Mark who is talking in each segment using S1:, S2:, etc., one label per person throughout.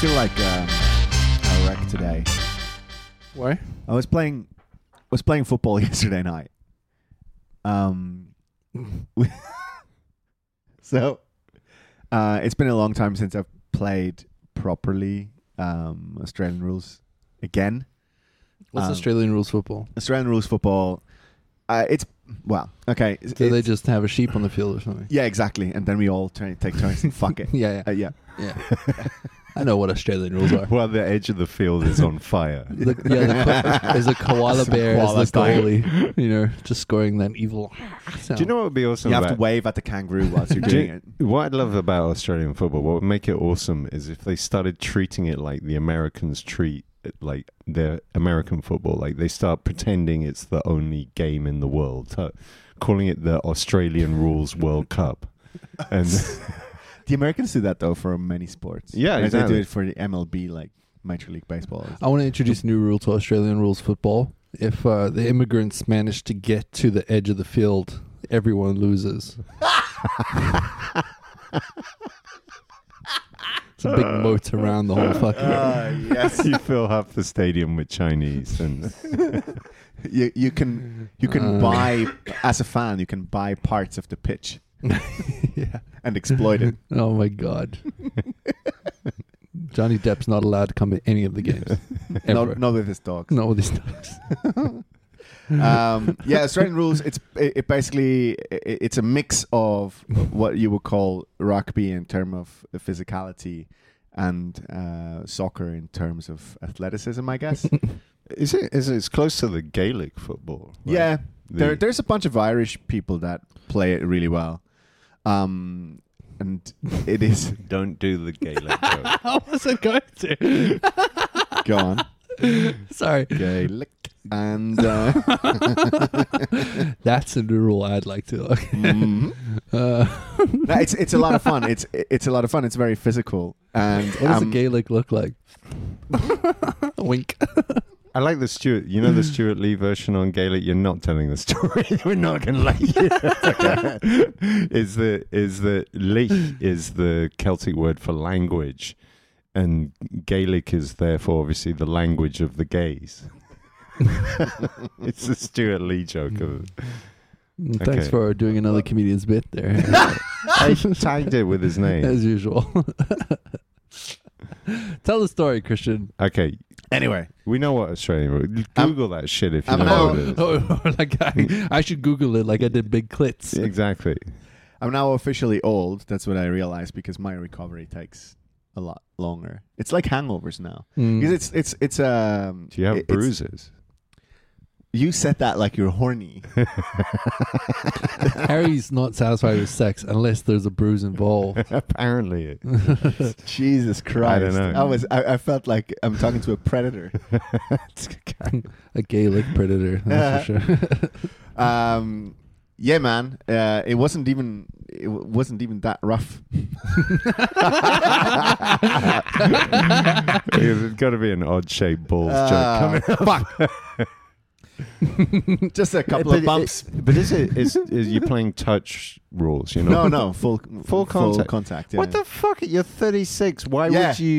S1: feel like um, a wreck today.
S2: Why?
S1: I was playing was playing football yesterday night. Um, we- so uh, it's been a long time since I've played properly um, Australian rules again.
S2: What's
S1: Um,
S2: Australian rules football?
S1: Australian rules football. Uh, it's well, okay.
S2: Do they
S1: it's-
S2: just have a sheep on the field or something?
S1: yeah, exactly. And then we all try take turns and fuck it.
S2: Yeah,
S1: Uh,
S2: yeah,
S1: yeah.
S2: yeah. I know what Australian rules are.
S3: While the edge of the field is on fire.
S2: The, yeah, the, is a koala
S1: Some
S2: bear
S1: koala
S2: is the
S1: style.
S2: goalie, you know, just scoring that evil sound.
S3: Do you know what would be awesome
S1: You have
S3: about
S1: to wave at the kangaroo whilst you're
S3: Do you-
S1: doing it.
S3: What I'd love about Australian football, what would make it awesome is if they started treating it like the Americans treat it, like their American football. Like they start pretending it's the only game in the world, so calling it the Australian Rules World Cup. And
S1: The Americans do that though for many sports.
S3: Yeah,
S1: Like, they
S3: exactly.
S1: do it for the MLB, like Major League Baseball.
S2: I want to introduce a new rule to Australian rules football. If uh, the immigrants manage to get to the edge of the field, everyone loses. it's a big moat around the whole fucking.
S1: Uh. yes,
S3: you fill half the stadium with Chinese, and
S1: you you can you can
S2: Uh.
S1: buy as a fan you can buy parts of the pitch
S2: yeah.
S1: and exploit it.
S2: Oh my god. Johnny Depp's not allowed to come to any of the games. Ever.
S1: Not, not with his dogs.
S2: Not with these dogs.
S1: um, yeah, Australian rules. It's it, it basically it, it's a mix of what you would call rugby in terms of physicality and uh, soccer in terms of athleticism, I guess.
S3: is it is it, it's close to the Gaelic football? right?
S1: yeah,
S3: The-
S1: there, there's a bunch of Irish people that play it really well, um, and it is
S3: don't do the Gaelic. joke.
S2: How was it going to?
S1: go on
S2: Sorry.
S1: Gaelic and uh,
S2: That's a new rule I'd like to look.
S1: mhm.
S2: Uh,
S1: No, it's it's a lot of fun. It's it's a lot of fun. It's very physical and
S2: what does
S1: um,
S2: a Gaelic look like? Wink.
S3: I like the Stuart. You know the
S1: Mm.
S3: Stuart Lee version on Gaelic. You're not telling the story. We're not going to let you. is the is the Lich is the Celtic word for language, and Gaelic is therefore obviously the language of the gays. it's the Stuart Lee joke
S1: Mm.
S3: of
S2: Mm, Thanks
S3: Okay.
S2: for doing another comedian's bit there.
S3: I tagged it with his name.
S2: As usual. Tell the story, Christian.
S3: Okay,
S1: anyway,
S3: we know what Australian. word-
S1: I'm-
S3: Google that shit if you
S1: I'm
S3: know
S1: out.
S3: what it
S2: Oh, like I, I should Google it like I did big clits.
S3: is. Exactly.
S1: I'm now officially old. That's what I realized because my recovery takes a lot longer. It's like hangovers now.
S2: Mm.
S1: Because it's it's it's um.
S3: Do Hmm. you have
S1: it- it's-
S3: bruises?
S1: You said that like you're horny.
S2: Harry's not satisfied with sex unless there's a bruise involved.
S3: Apparently, it.
S1: Jesus Christ!
S3: I don't know.
S1: I was I, I felt like I'm talking to a predator.
S2: a Gaelic predator, that's for sure.
S1: Um, yeah, man. Uh, it wasn't even it w- wasn't even that rough.
S3: it's got to be an odd shaped balls
S1: Ah,
S3: joke coming up.
S1: Just a couple of bumps.
S3: but is it is, is you playing touch rules? You
S1: no,
S3: know,
S1: no, full
S3: Full contact.
S1: yeah.
S3: What the fuck? You're 36. Why
S1: Yeah.
S3: would you?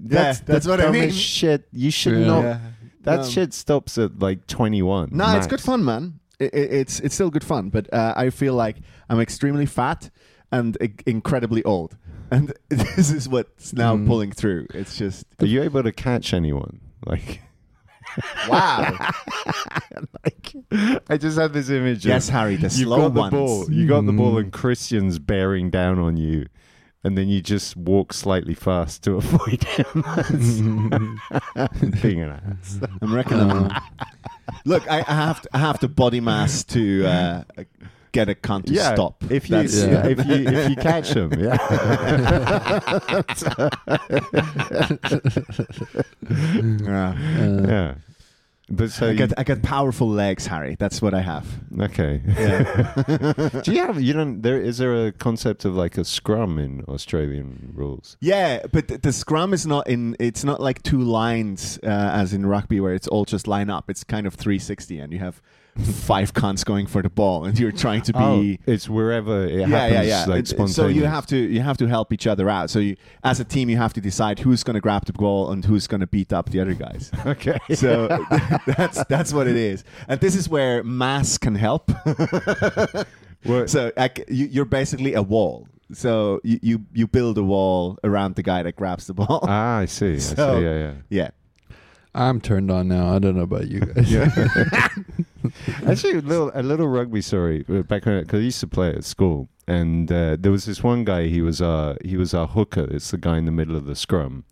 S1: Yeah,
S3: That's
S1: that's
S3: the
S1: what I
S3: dumbest
S1: mean.
S3: Shit, you should
S2: Yeah.
S3: not.
S1: Yeah.
S3: That
S1: No.
S3: shit stops at like 21.
S1: No,
S3: max.
S1: it's good fun, man. I i it's it's still good fun, but uh, I feel like I'm extremely fat and I- incredibly old, and this is what's now
S2: Mm.
S1: pulling through. It's just
S3: Are you able to catch anyone? Like,
S1: wow.
S3: I just had this image.
S1: yes,
S3: of,
S1: Harry, the
S3: you've
S1: slow
S3: got the
S1: ones. Hmm.
S3: ball. You got the ball,
S2: Mm.
S3: and Christian's bearing down on you, and then you just walk slightly fast to avoid him. That's being an ass.
S1: I'm reckon.
S3: Uh-huh.
S1: I'm, look, I, I have to I have to body mass to uh, get a cunt to stop.
S3: If you
S1: That's-
S2: yeah.
S3: if you if you catch them, yeah.
S1: Yeah.
S2: Uh,
S3: yeah. But so
S1: I
S3: you,
S1: got I got powerful legs, Harry. That's what I have.
S3: okay. Do you have you don't there is there a concept of like a scrum in Australian rules?
S1: Yeah, but th- the scrum is not in. It's not like two lines uh, as in rugby, where it's all just line up. It's kind of 360, and you have five cons going for the ball, and you're trying to be
S3: oh, it's wherever it
S1: yeah,
S3: happens.
S1: yeah, yeah.
S3: Like
S1: It- it- so you
S3: spontaneous.
S1: have to you have to help each other out. So you, as a team, you have to decide who's going to grab the ball and who's going to beat up the other guys.
S3: Okay.
S1: So that's that's what it is, and this is where mass can help.
S3: Well,
S1: So like, you, you're basically a wall. So you, you you build a wall around the guy that grabs the ball.
S3: ah, I see. I see.
S1: So-
S3: Yeah, yeah.
S1: yeah,
S2: I'm turned on now. I don't know about you guys.
S3: Actually, a little, a little rugby story uh, back when because I used to play at school, and uh, there was this one guy. He was our he was our hooker. It's the guy in the middle of the scrum.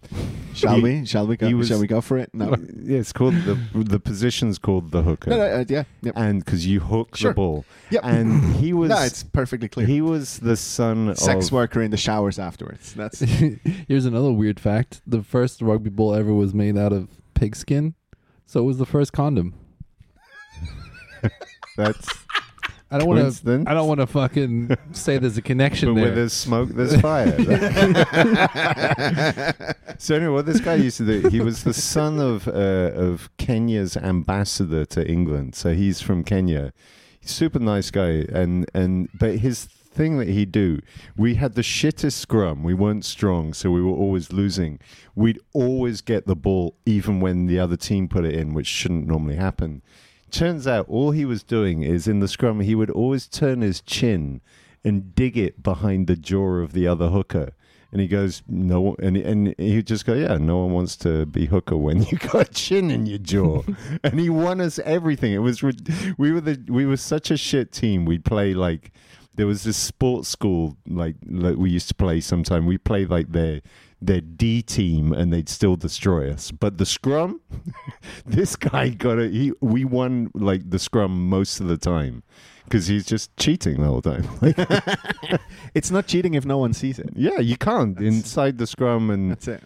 S1: shall
S3: He-
S1: we? Shall we
S3: he
S1: go?
S3: was-
S1: shall we go for it? No,
S3: Yeah, it's called the the position's called the hooker,
S1: no, no uh, yeah, yep.
S3: and because you hook
S1: Sure.
S3: the ball.
S1: Yep.
S3: and he was
S1: no, it's perfectly clear.
S3: he was the son
S1: Sex
S3: of
S1: worker in the showers afterwards. That's
S2: Here's another weird fact: the first rugby ball ever was made out of pigskin, so it was the first condom.
S3: that's
S2: I don't want to.
S3: Coincidence?
S2: I don't want to fucking say there's a connection
S3: but
S2: there.
S3: where there's smoke, there's fire. so anyway, what this guy used to do, he was the son of uh, of Kenya's ambassador to England. So he's from Kenya. Super nice guy, and and but his thing that he'd do, we had the shittest scrum. We weren't strong, so we were always losing. We'd always get the ball, even when the other team put it in, which shouldn't normally happen. Turns out all he was doing is in the scrum, he would always turn his chin and dig it behind the jaw of the other hooker. And he goes, no, and and he would just go, yeah, no one wants to be hooker when you got a chin in your jaw. and he won us everything. It was rid- we were the we were such a shit team. We'd play like there was this sports school like that we used to play sometime. We played like their their D team, and they'd still destroy us. But the scrum, this guy got it. He we won like the scrum most of the time because he's just cheating the whole time. Like,
S1: it's not cheating if no one sees it.
S3: yeah, you can't inside the scrum, and
S1: That's it.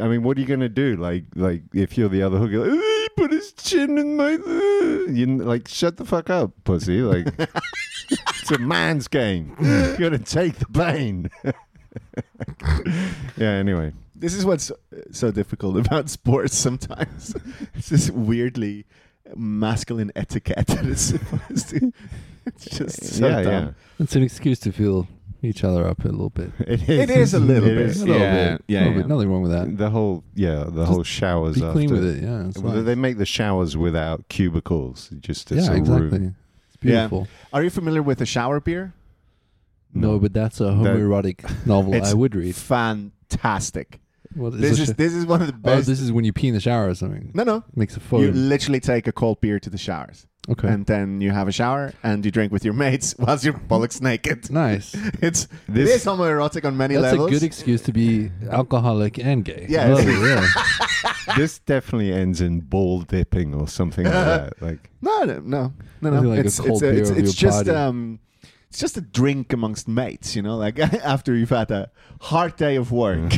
S3: I mean, what are you gonna do? Like, like if you're the other hooker, like, "He put his chin in my, you kn- like shut the fuck up, pussy. Like, it's a man's game. you got to take the pain. yeah. Anyway,
S1: This is what's uh, so difficult about sports sometimes. it's this weirdly masculine etiquette that it's supposed to. It's just so
S3: yeah,
S1: dumb.
S3: yeah.
S2: it's an excuse to feel each other up a little bit.
S3: It
S1: It is a little bit.
S3: is.
S2: A little
S1: Yeah,
S2: bit.
S1: yeah,
S2: A little
S1: yeah.
S2: bit. Nothing wrong with that.
S3: The whole, yeah, the whole showers.
S2: Be clean
S3: after.
S2: with it. Yeah. It's
S3: Well,
S2: nice.
S3: They make the showers without cubicles. Just it's
S2: yeah.
S3: a
S2: Exactly.
S3: room.
S2: It's beautiful.
S1: Are you familiar with the shower beer?
S2: No, but that's a homoerotic novel
S1: It's
S2: I would read.
S1: Fantastic.
S2: What is
S1: This
S2: a
S1: is
S2: sh-
S1: this is one of the
S2: oh,
S1: best.
S2: this is when you pee in the shower or something.
S1: no, no.
S2: Makes a
S1: You
S2: foam.
S1: literally take a cold beer to the showers,
S2: Okay.
S1: and then you have a shower and you drink with your mates whilst your bollocks naked.
S2: nice.
S1: It's this,
S3: This-
S1: it is homoerotic on many
S2: That's
S1: levels.
S2: a good excuse to be alcoholic and gay.
S1: Yeah,
S2: I love
S1: it's-
S2: it, yeah.
S3: this definitely ends in ball dipping or something like that. Like.
S1: No, no, no, no.
S2: Nothing
S1: no.
S2: like a
S1: it's it's,
S2: cold beer
S1: it's,
S2: over
S1: it's
S2: your
S1: just
S2: body.
S1: um, it's just a drink amongst mates. You know, like after you've had a hard day of work,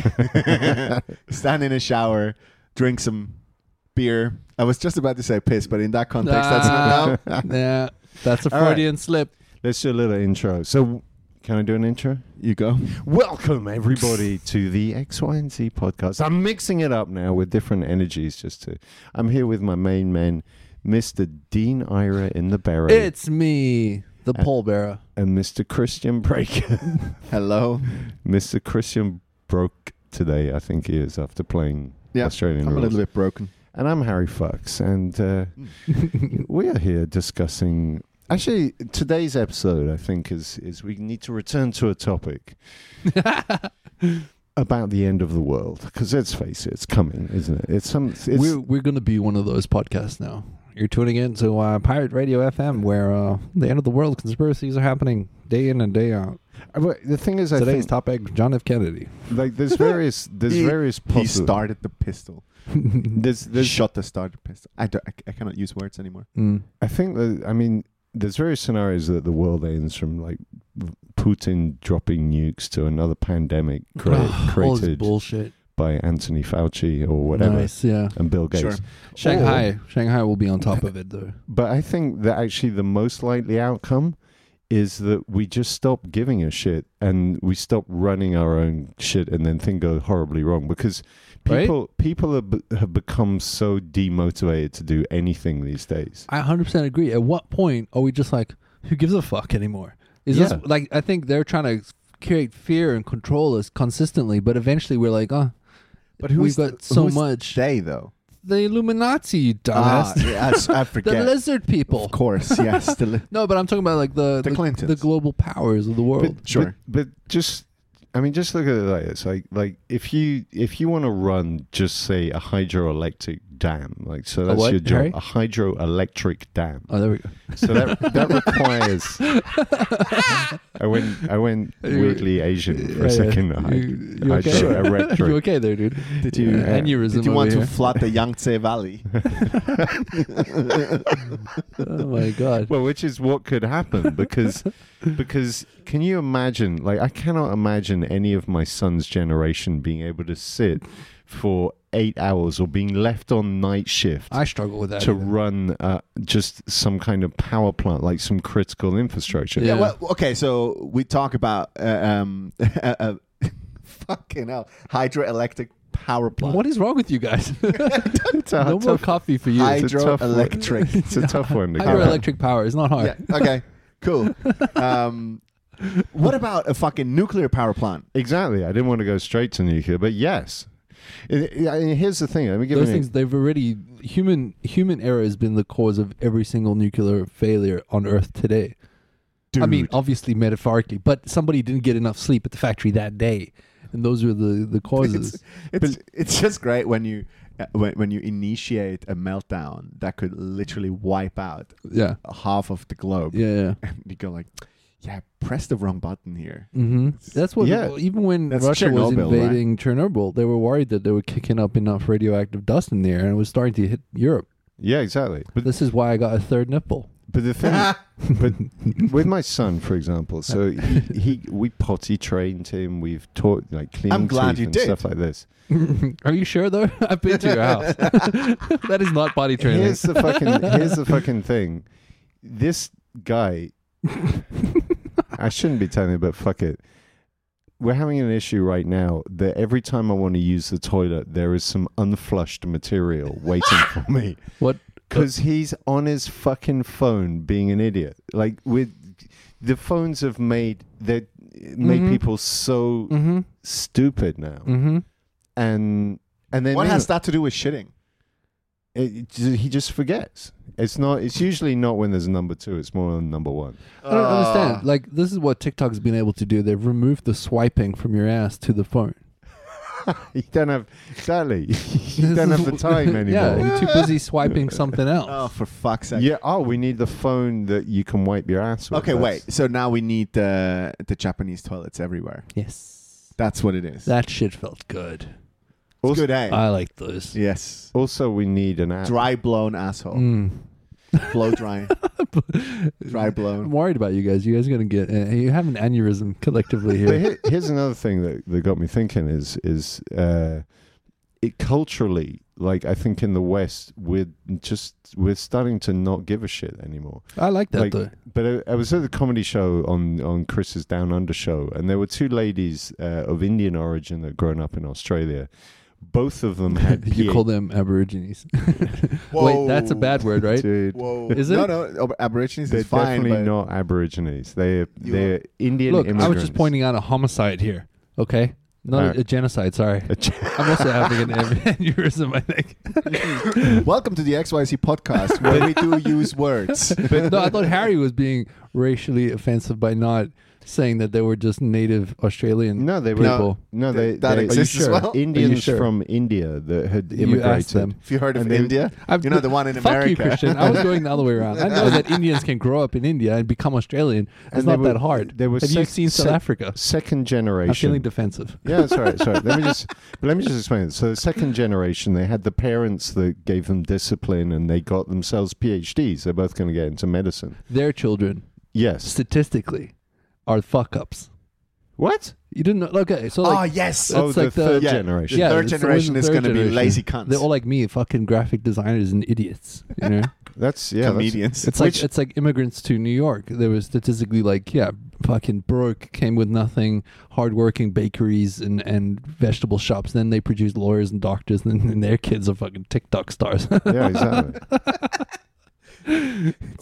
S1: stand in a shower, drink some beer. I was just about to say piss, but in that context, that's not. No.
S2: Ah, nah, that's a
S3: All right.
S2: Freudian slip.
S3: Let's do a little intro. So, can I do an intro?
S1: You go.
S3: Welcome, everybody, to the X, Y, and Z podcast. I'm mixing it up now with different energies just to. I'm here with my main man, Mr. Dean Ira in the Barrow,
S2: It's me, the
S3: Uh,
S2: polebearer.
S3: and Mr. Christian Breaker.
S1: Hello.
S3: Mr. Christian broke today, I think he is, after playing
S1: Yeah,
S3: Australian
S1: I'm a
S3: rules.
S1: little bit broken.
S3: and I'm Harry Fox, and uh,
S2: Hmm.
S3: we are here discussing. Actually, today's episode, I think, is is we need to return to a topic about the end of the world because let's face it, it's coming, isn't it? It's some. It's,
S2: we're we're gonna be one of those podcasts now. You're tuning in to uh, Pirate Radio FM, where uh, the end of the world conspiracies are happening day in and day out.
S3: Uh, but the thing is, I
S2: Today's
S3: think
S2: topic: John F. Kennedy.
S3: like there's various there's
S1: He-
S3: various
S1: He
S3: possible.
S1: started the pistol.
S3: There's there's
S1: Shot the started pistol. I, don't, I, I cannot use words anymore.
S2: Mm.
S3: I think that I mean there's various scenarios that the world ends from like Putin dropping nukes to another pandemic crea-
S2: All this
S3: created
S2: bullshit.
S3: by Anthony Fauci or whatever Oh.
S2: Nice, yeah.
S3: and Bill Gates.
S1: Sure.
S2: Shanghai, Shanghai will be on top of it though.
S3: But I think that actually the most likely outcome is that we just stop giving a shit and we stop running our own shit and then things go horribly wrong because
S2: Right?
S3: people people have, be- have become so demotivated to do anything these days.
S2: I 100% agree. At what point are we just like, who gives a fuck anymore? Is
S3: Yeah.
S2: this like, I think they're trying to create fear and control us consistently, but eventually we're like, oh,
S1: But
S2: we've got so
S1: who's
S2: much.
S1: They though.
S2: the Illuminati, you
S1: Ah,
S2: dumbass.
S1: yeah, I s- I
S2: the
S1: forget.
S2: lizard people.
S1: Of course, yes. The li-
S2: No, but I'm talking about like the
S1: The Clintons.
S2: the global powers of the world.
S3: But,
S1: Sure.
S3: but, but just I mean, just look at it like this. Like, like if you if you want to run, just say a hydroelectric dam. Like, so that's
S2: what,
S3: your job.
S2: Harry?
S3: A hydroelectric dam.
S2: oh, there we go.
S3: So that that requires. I went I went
S2: You-
S3: weirdly Asian for a
S2: Yeah, yeah.
S3: second.
S2: You,
S3: Hyd-
S2: you okay?
S3: hydroelectric.
S2: you okay there, dude?
S1: did you
S2: Yeah, aneurysm
S1: did you want
S2: over
S1: to
S2: here.
S1: flood the Yangtze Valley?
S2: Oh my god.
S3: Well, which is what could happen because because can you imagine? Like, I cannot imagine any of my son's generation being able to sit for eight hours or being left on night shift.
S2: I struggle with that.
S3: to
S2: either.
S3: run uh, just some kind of power plant, like some critical infrastructure.
S1: Yeah.
S2: Yeah.
S1: Well, okay. So we talk about uh, um, uh, uh, fucking hell, hydroelectric power plant.
S2: What is wrong with you guys?
S3: It's a,
S2: no
S3: it's
S2: more
S3: a-
S2: coffee for you.
S1: I-
S3: it's a tough one.
S1: hydroelectric.
S3: It's a tough one to get at.
S2: Hydroelectric power is not hard.
S1: Yeah. Okay. Cool. Um, what about a fucking nuclear power plant?
S3: Exactly. I didn't want to go straight to nuclear, but yes. I- I- here's the thing. Let me give
S2: Those
S3: you an
S2: things they've already human human error has been the cause of every single nuclear failure on Earth today. I mean, obviously metaphorically, but somebody didn't get enough sleep at the factory that day, and those were the the causes.
S1: It's, it's just great when you uh, when, when you initiate a meltdown that could literally wipe out
S2: yeah,
S1: half of the globe.
S2: yeah, yeah.
S1: And you go like, yeah, press the wrong button here.
S2: hmm That's what.
S3: Yeah.
S2: Even when
S1: That's
S2: Russia was
S1: Chernobyl, right?
S2: invading Chernobyl, they were worried that they were kicking up enough radioactive dust in the air, and it was starting to hit Europe.
S3: Yeah, exactly. But
S2: This is why I got a third nipple.
S3: but the thing, but with my son, for example, so he, he we potty trained him. We've taught like cleaning
S1: glad
S3: teeth
S1: you
S3: and
S1: did.
S3: stuff like this.
S2: Are you sure though? I've been to your house. that is not body training.
S3: Here's the fucking here's the fucking thing. This guy I shouldn't be telling you, but fuck it. We're having an issue right now that every time I want to use the toilet, there is some unflushed material waiting for me.
S2: What? uh,
S3: Because he's on his fucking phone being an idiot. Like with the phones have made they made
S2: Mhm.
S3: people so
S2: Mm-hmm.
S3: stupid now.
S2: Mm-hmm.
S3: And and then
S1: What
S3: anyway-
S1: has that to do with shitting?
S3: it, it- he just forgets. It's not. It's usually not when there's a number two. It's more on number one.
S2: I don't
S1: Ah. Uh,
S2: understand. Like this is what TikTok's been able to do. They've removed the swiping from your ass to the phone.
S3: You don't have exactly. You don't have the time
S2: yeah,
S3: anymore.
S2: you're too busy swiping something else.
S1: Oh, for fuck's
S3: Yeah.
S1: sake.
S3: Oh, we need the phone that you can wipe your ass with.
S1: Okay,
S3: That's-
S1: wait. So now we need the the Japanese toilets everywhere.
S2: Yes.
S1: That's what it is.
S2: That shit felt good.
S1: It's
S3: Also,
S1: good, eh?
S2: I like those.
S1: yes. Uh,
S3: also, we need an app.
S1: Dry blown asshole.
S2: Mm.
S1: Blow dry. dry
S2: I'm
S1: blown.
S2: worried about you guys. You guys are gonna get. Uh, you have an aneurysm collectively
S3: But
S2: here.
S3: here, here's another thing that, that got me thinking is is uh, it culturally like I think in the West we're just we're starting to not give a shit anymore.
S2: I like that
S3: like-
S2: though.
S3: But I, I was at the comedy show on on Chris's Down Under show, and there were two ladies uh, of Indian origin that had grown up in Australia. Both of them had
S2: you
S3: PhD.
S2: call them aborigines. Wait, that's a bad word, right?
S3: Dude,
S1: Whoa.
S2: Is
S1: No,
S2: it?
S1: no. ab- Aborigines
S3: they're
S1: is fine.
S3: definitely
S1: But
S3: not Aborigines. They're
S1: You
S3: they're Indian
S2: Look,
S3: immigrants.
S2: I was just pointing out a homicide here. Okay, not
S3: Alright.
S2: a, a genocide. Sorry,
S3: A gen-
S2: I'm also having an aneurysm. I think.
S1: Welcome to the XYZ podcast where we do use words.
S2: no, I thought Harry was being racially offensive by not saying that they were just native Australian
S3: No, they were.
S1: No,
S2: people.
S3: No, they,
S1: that
S3: they
S1: exists as
S2: sure?
S1: well.
S3: Indians
S2: sure?
S3: from India that had
S2: You
S3: immigrated.
S2: asked them.
S1: Have you heard of
S3: And they-
S1: India?
S2: I've-
S1: you know the one in
S2: Fuck
S1: America.
S2: you, Christian. I was going the other way around. I know that Indians can grow up in India and become Australian. It's
S3: And they
S2: not
S3: were-
S2: that hard.
S3: they were
S2: Have you
S3: sec-
S2: seen South
S3: sec-
S2: Africa?
S3: Second
S2: I'm
S3: generation.
S2: feeling defensive.
S3: Yeah, that's all right. Sorry. Let me just but let me just explain. So the second generation, they had the parents that gave them discipline and they got themselves PhDs. They're both going to get into medicine.
S2: Their children,
S3: Yes.
S2: statistically, are fuck ups.
S3: What?
S2: You didn't know? Okay, so
S1: oh
S2: like,
S1: yes,
S2: That's
S3: oh, the
S2: like the-
S3: third
S1: Yeah.
S3: generation.
S2: Yeah,
S1: third
S2: it's always
S1: generation
S2: the
S1: is
S2: third
S1: going to be
S2: generation.
S1: lazy
S3: Ah,
S1: cunts.
S2: they're all like me, fucking graphic designers and idiots. You know,
S3: That's yeah. that's-
S1: comedians.
S2: it's like
S3: Which-
S2: it's like immigrants to New York. They were statistically like, yeah, fucking broke, came with nothing, hardworking bakeries and and vegetable shops. Then they produced lawyers and doctors, and then their kids are fucking TikTok stars.
S3: yeah, exactly.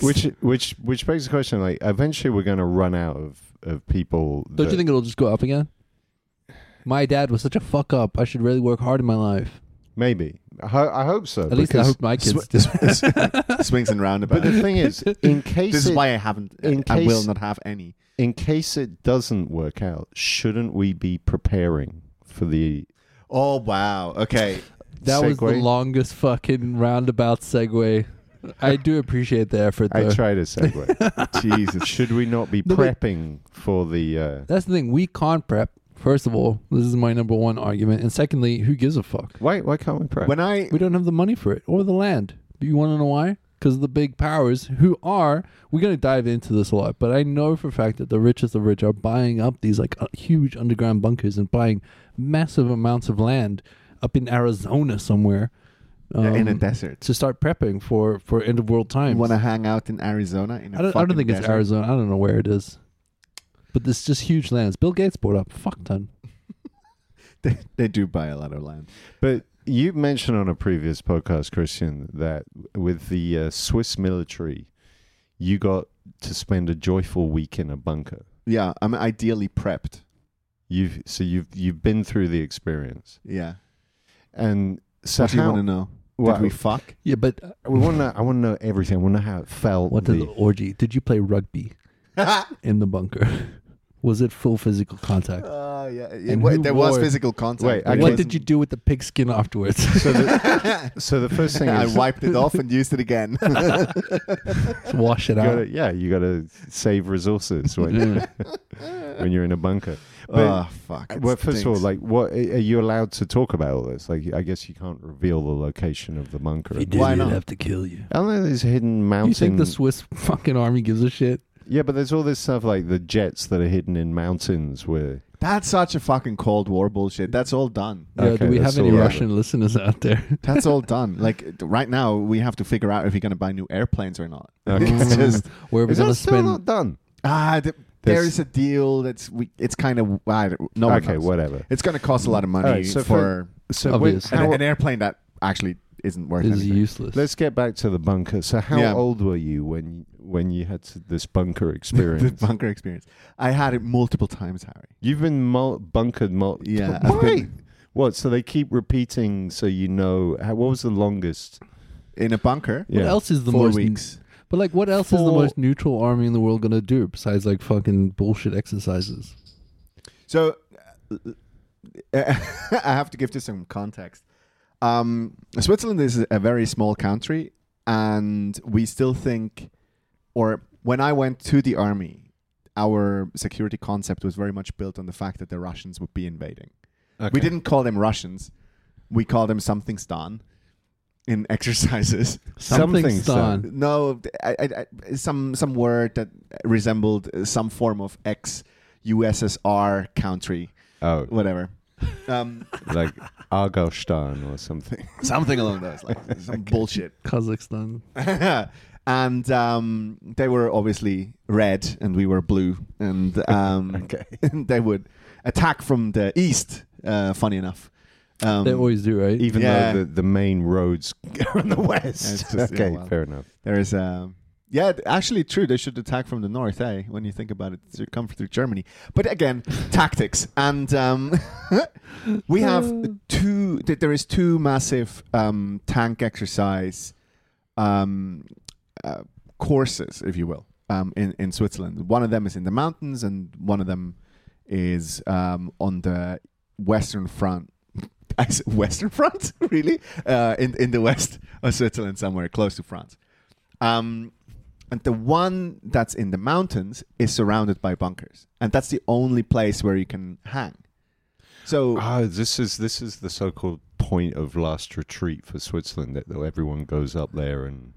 S3: which which which begs the question: like, eventually we're going to run out of of people.
S2: Don't
S3: that-
S2: you think it'll just go up again? My dad was such a fuck up. I should really work hard in my life.
S3: Maybe. I, ho- I hope so.
S2: At least I
S3: because-
S2: hope my kids. do.
S1: Sw- swings and
S3: But the
S1: roundabouts.
S3: thing is, in case
S1: This is
S3: it,
S1: why I haven't.
S3: in
S1: I will
S3: case-
S1: not have any.
S3: in case it doesn't work out, shouldn't we be preparing for the
S1: Oh wow. Okay.
S2: That was the
S3: segue?
S2: longest fucking roundabout segue. I do appreciate the effort,
S3: I
S2: though.
S3: tried a segue.
S1: Jesus.
S3: Should we not be
S2: No, but-
S3: prepping for the? Uh,
S2: That's the thing. We can't prep. First of all, this is my number one argument. And secondly, who gives a fuck?
S3: why? Why can't we prep?
S1: When I
S2: We don't have the money for it or the land. Do you want to know why? Because the big powers who are, we're going to dive into this a lot, but I know for a fact that the richest of rich are buying up these like uh, huge underground bunkers and buying massive amounts of land up in Arizona somewhere
S1: yeah, in a
S2: um,
S1: desert,
S2: to start prepping for, for end of world times.
S1: you want to hang out in Arizona in a
S2: I don't, I don't
S1: fucking
S2: think it's
S1: desert?
S2: Arizona. I don't know where it is. But this just huge lands. Bill Gates bought up a fuck ton.
S1: They, they do buy a lot of land.
S3: But you mentioned on a previous podcast, Christian, that with the uh, Swiss military, you got to spend a joyful week in a bunker.
S1: Yeah, I'm ideally prepped.
S3: You've so you've you've been through the experience,
S1: Yeah.
S3: and so
S1: what do you
S3: how
S1: want to know?
S3: well,
S1: Did we fuck?
S2: Yeah, but uh,
S3: we want to. I want to know everything. I want to know how it felt.
S2: what
S3: the-
S2: did the orgy? Did you play rugby
S1: Oh
S2: in the bunker? Was it full physical contact?
S1: Uh, yeah, yeah.
S2: And
S1: Wait,
S2: who
S1: there was
S2: wore-
S1: physical contact.
S3: Wait,
S1: There
S3: I
S1: was-
S2: What
S3: guess-
S2: did you do with the pigskin afterwards?
S3: so, the so the first thing
S1: I
S3: is
S1: wiped it off and used it again.
S2: Wash it
S3: you
S2: out.
S3: gotta, yeah, you got to save resources when
S2: Yeah.
S3: when you're in a bunker.
S1: oh fuck! it
S3: Ah, well, first of all,
S1: stinks.
S3: like, what are you allowed to talk about all this? Like, I guess you can't reveal the location of the
S2: If
S3: bunker.
S2: you
S3: and-
S2: did,
S1: Why
S2: Why
S1: not?
S2: have to kill you.
S3: I don't know there's hidden mountain.
S2: You think the Swiss fucking army gives a shit?
S3: yeah, but there's all this stuff like the jets that are hidden in mountains where
S1: that's such a fucking Cold War bullshit. That's all done.
S2: yeah,
S3: Okay,
S2: do we
S3: that's
S2: have any
S3: all right.
S2: Russian listeners out there?
S1: That's all done. Like right now, we have to figure out if you're going to buy new airplanes or not.
S3: Okay.
S1: It's just
S2: Mm. Where we're
S3: is that
S2: gonna
S3: still
S2: spend?
S3: not done?
S1: ah, th- there
S3: There's-
S1: is a deal that's we. It's kind of I don't- no. one
S3: okay,
S1: knows.
S3: whatever.
S1: It's going to cost a lot of money
S3: All right, so
S1: for,
S3: for- So when-
S2: Obvious.
S3: how-
S1: an, an airplane that actually isn't worth
S2: Is
S1: anything.
S2: useless.
S3: let's get back to the bunker. So how
S1: Yeah.
S3: old were you when when you had to, this bunker
S1: the
S3: experience?
S1: bunker experience. I had it multiple times, Harry.
S3: You've been mul- bunkered. Mul-
S1: Yeah, I've
S3: why?
S1: been-
S3: What? So they keep repeating, so you know. How, what was the longest?
S1: In a bunker,
S2: what else is the
S1: four
S2: most
S1: weeks.
S2: But like, what else is the
S3: For-
S2: most neutral army in the world gonna do besides like fucking bullshit exercises?
S1: So uh, uh, I have to give this some context. Um, Switzerland is a very small country, and we still think, or when I went to the army, our security concept was very much built on the fact that the Russians would be invading. We
S3: Okay.
S1: didn't call them Russians, we called them something stan in exercises.
S3: Something's
S2: done.
S1: No, I, I, I, some some word that resembled uh, some form of ex USSR country
S3: Oh,
S1: whatever. Um,
S3: like Argostan or something.
S1: something along those lines. Some bullshit.
S2: Kazakhstan.
S1: and um, they were obviously red, and we were blue, and um,
S3: Okay.
S1: they would attack from the east. Uh, funny enough, um,
S2: they always do, right?
S3: Even
S1: Yeah.
S3: though the, the main roads are in the west.
S1: It's just- yeah,
S3: okay,
S1: well.
S3: fair enough.
S1: there is um yeah, th- actually true. They should attack from the north, eh? When you think about it, to come through Germany. But again, tactics, and um, we have two. th- There is two massive um, tank exercise um, uh, courses, if you will, um, in in Switzerland. One of them is in the mountains, and one of them is um, on the western front. I said Western front, really? Uh, in in the west of Switzerland, somewhere close to France. Um, and the one that's in the mountains is surrounded by bunkers, and that's the only place where you can hang. So
S3: Oh, this is this is the so-called point of last retreat for Switzerland that though everyone goes up there and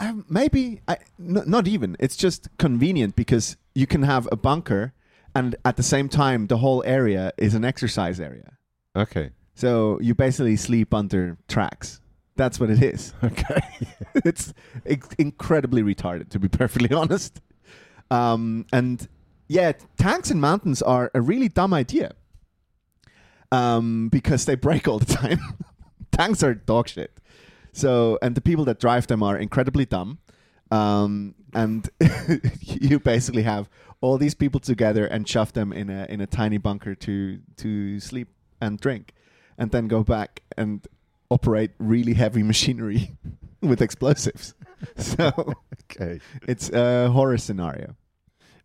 S1: um, maybe I, n- not even. It's just convenient because you can have a bunker, and at the same time, the whole area is an exercise area.
S3: Okay.
S1: So you basically sleep under tracks. That's what it is.
S3: Okay.
S1: it's inc- incredibly retarded, to be perfectly honest. Um, and yeah, tanks and mountains are a really dumb idea um, because they break all the time. tanks are dog shit. So, and the people that drive them are incredibly dumb. Um, and you basically have all these people together and shove them in a in a tiny bunker to to sleep and drink, and then go back and operate really heavy machinery with explosives. So
S3: Okay.
S1: it's a horror scenario.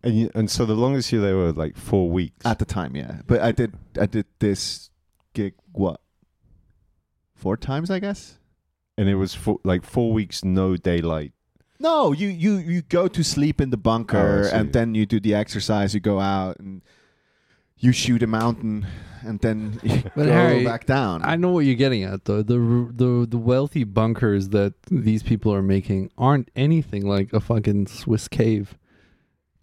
S3: And you, and so the longest you there were like four weeks.
S1: At the time, yeah. But I did I did this gig what? Four times, I guess.
S3: and it was four, like four weeks, no daylight.
S1: No, you you you go to sleep in the bunker
S3: Oh, I see.
S1: and then you do the exercise, you go out and you shoot a mountain and then you go
S2: But Harry,
S1: back down.
S2: I know what you're getting at, though. The, the the wealthy bunkers that these people are making aren't anything like a fucking Swiss cave.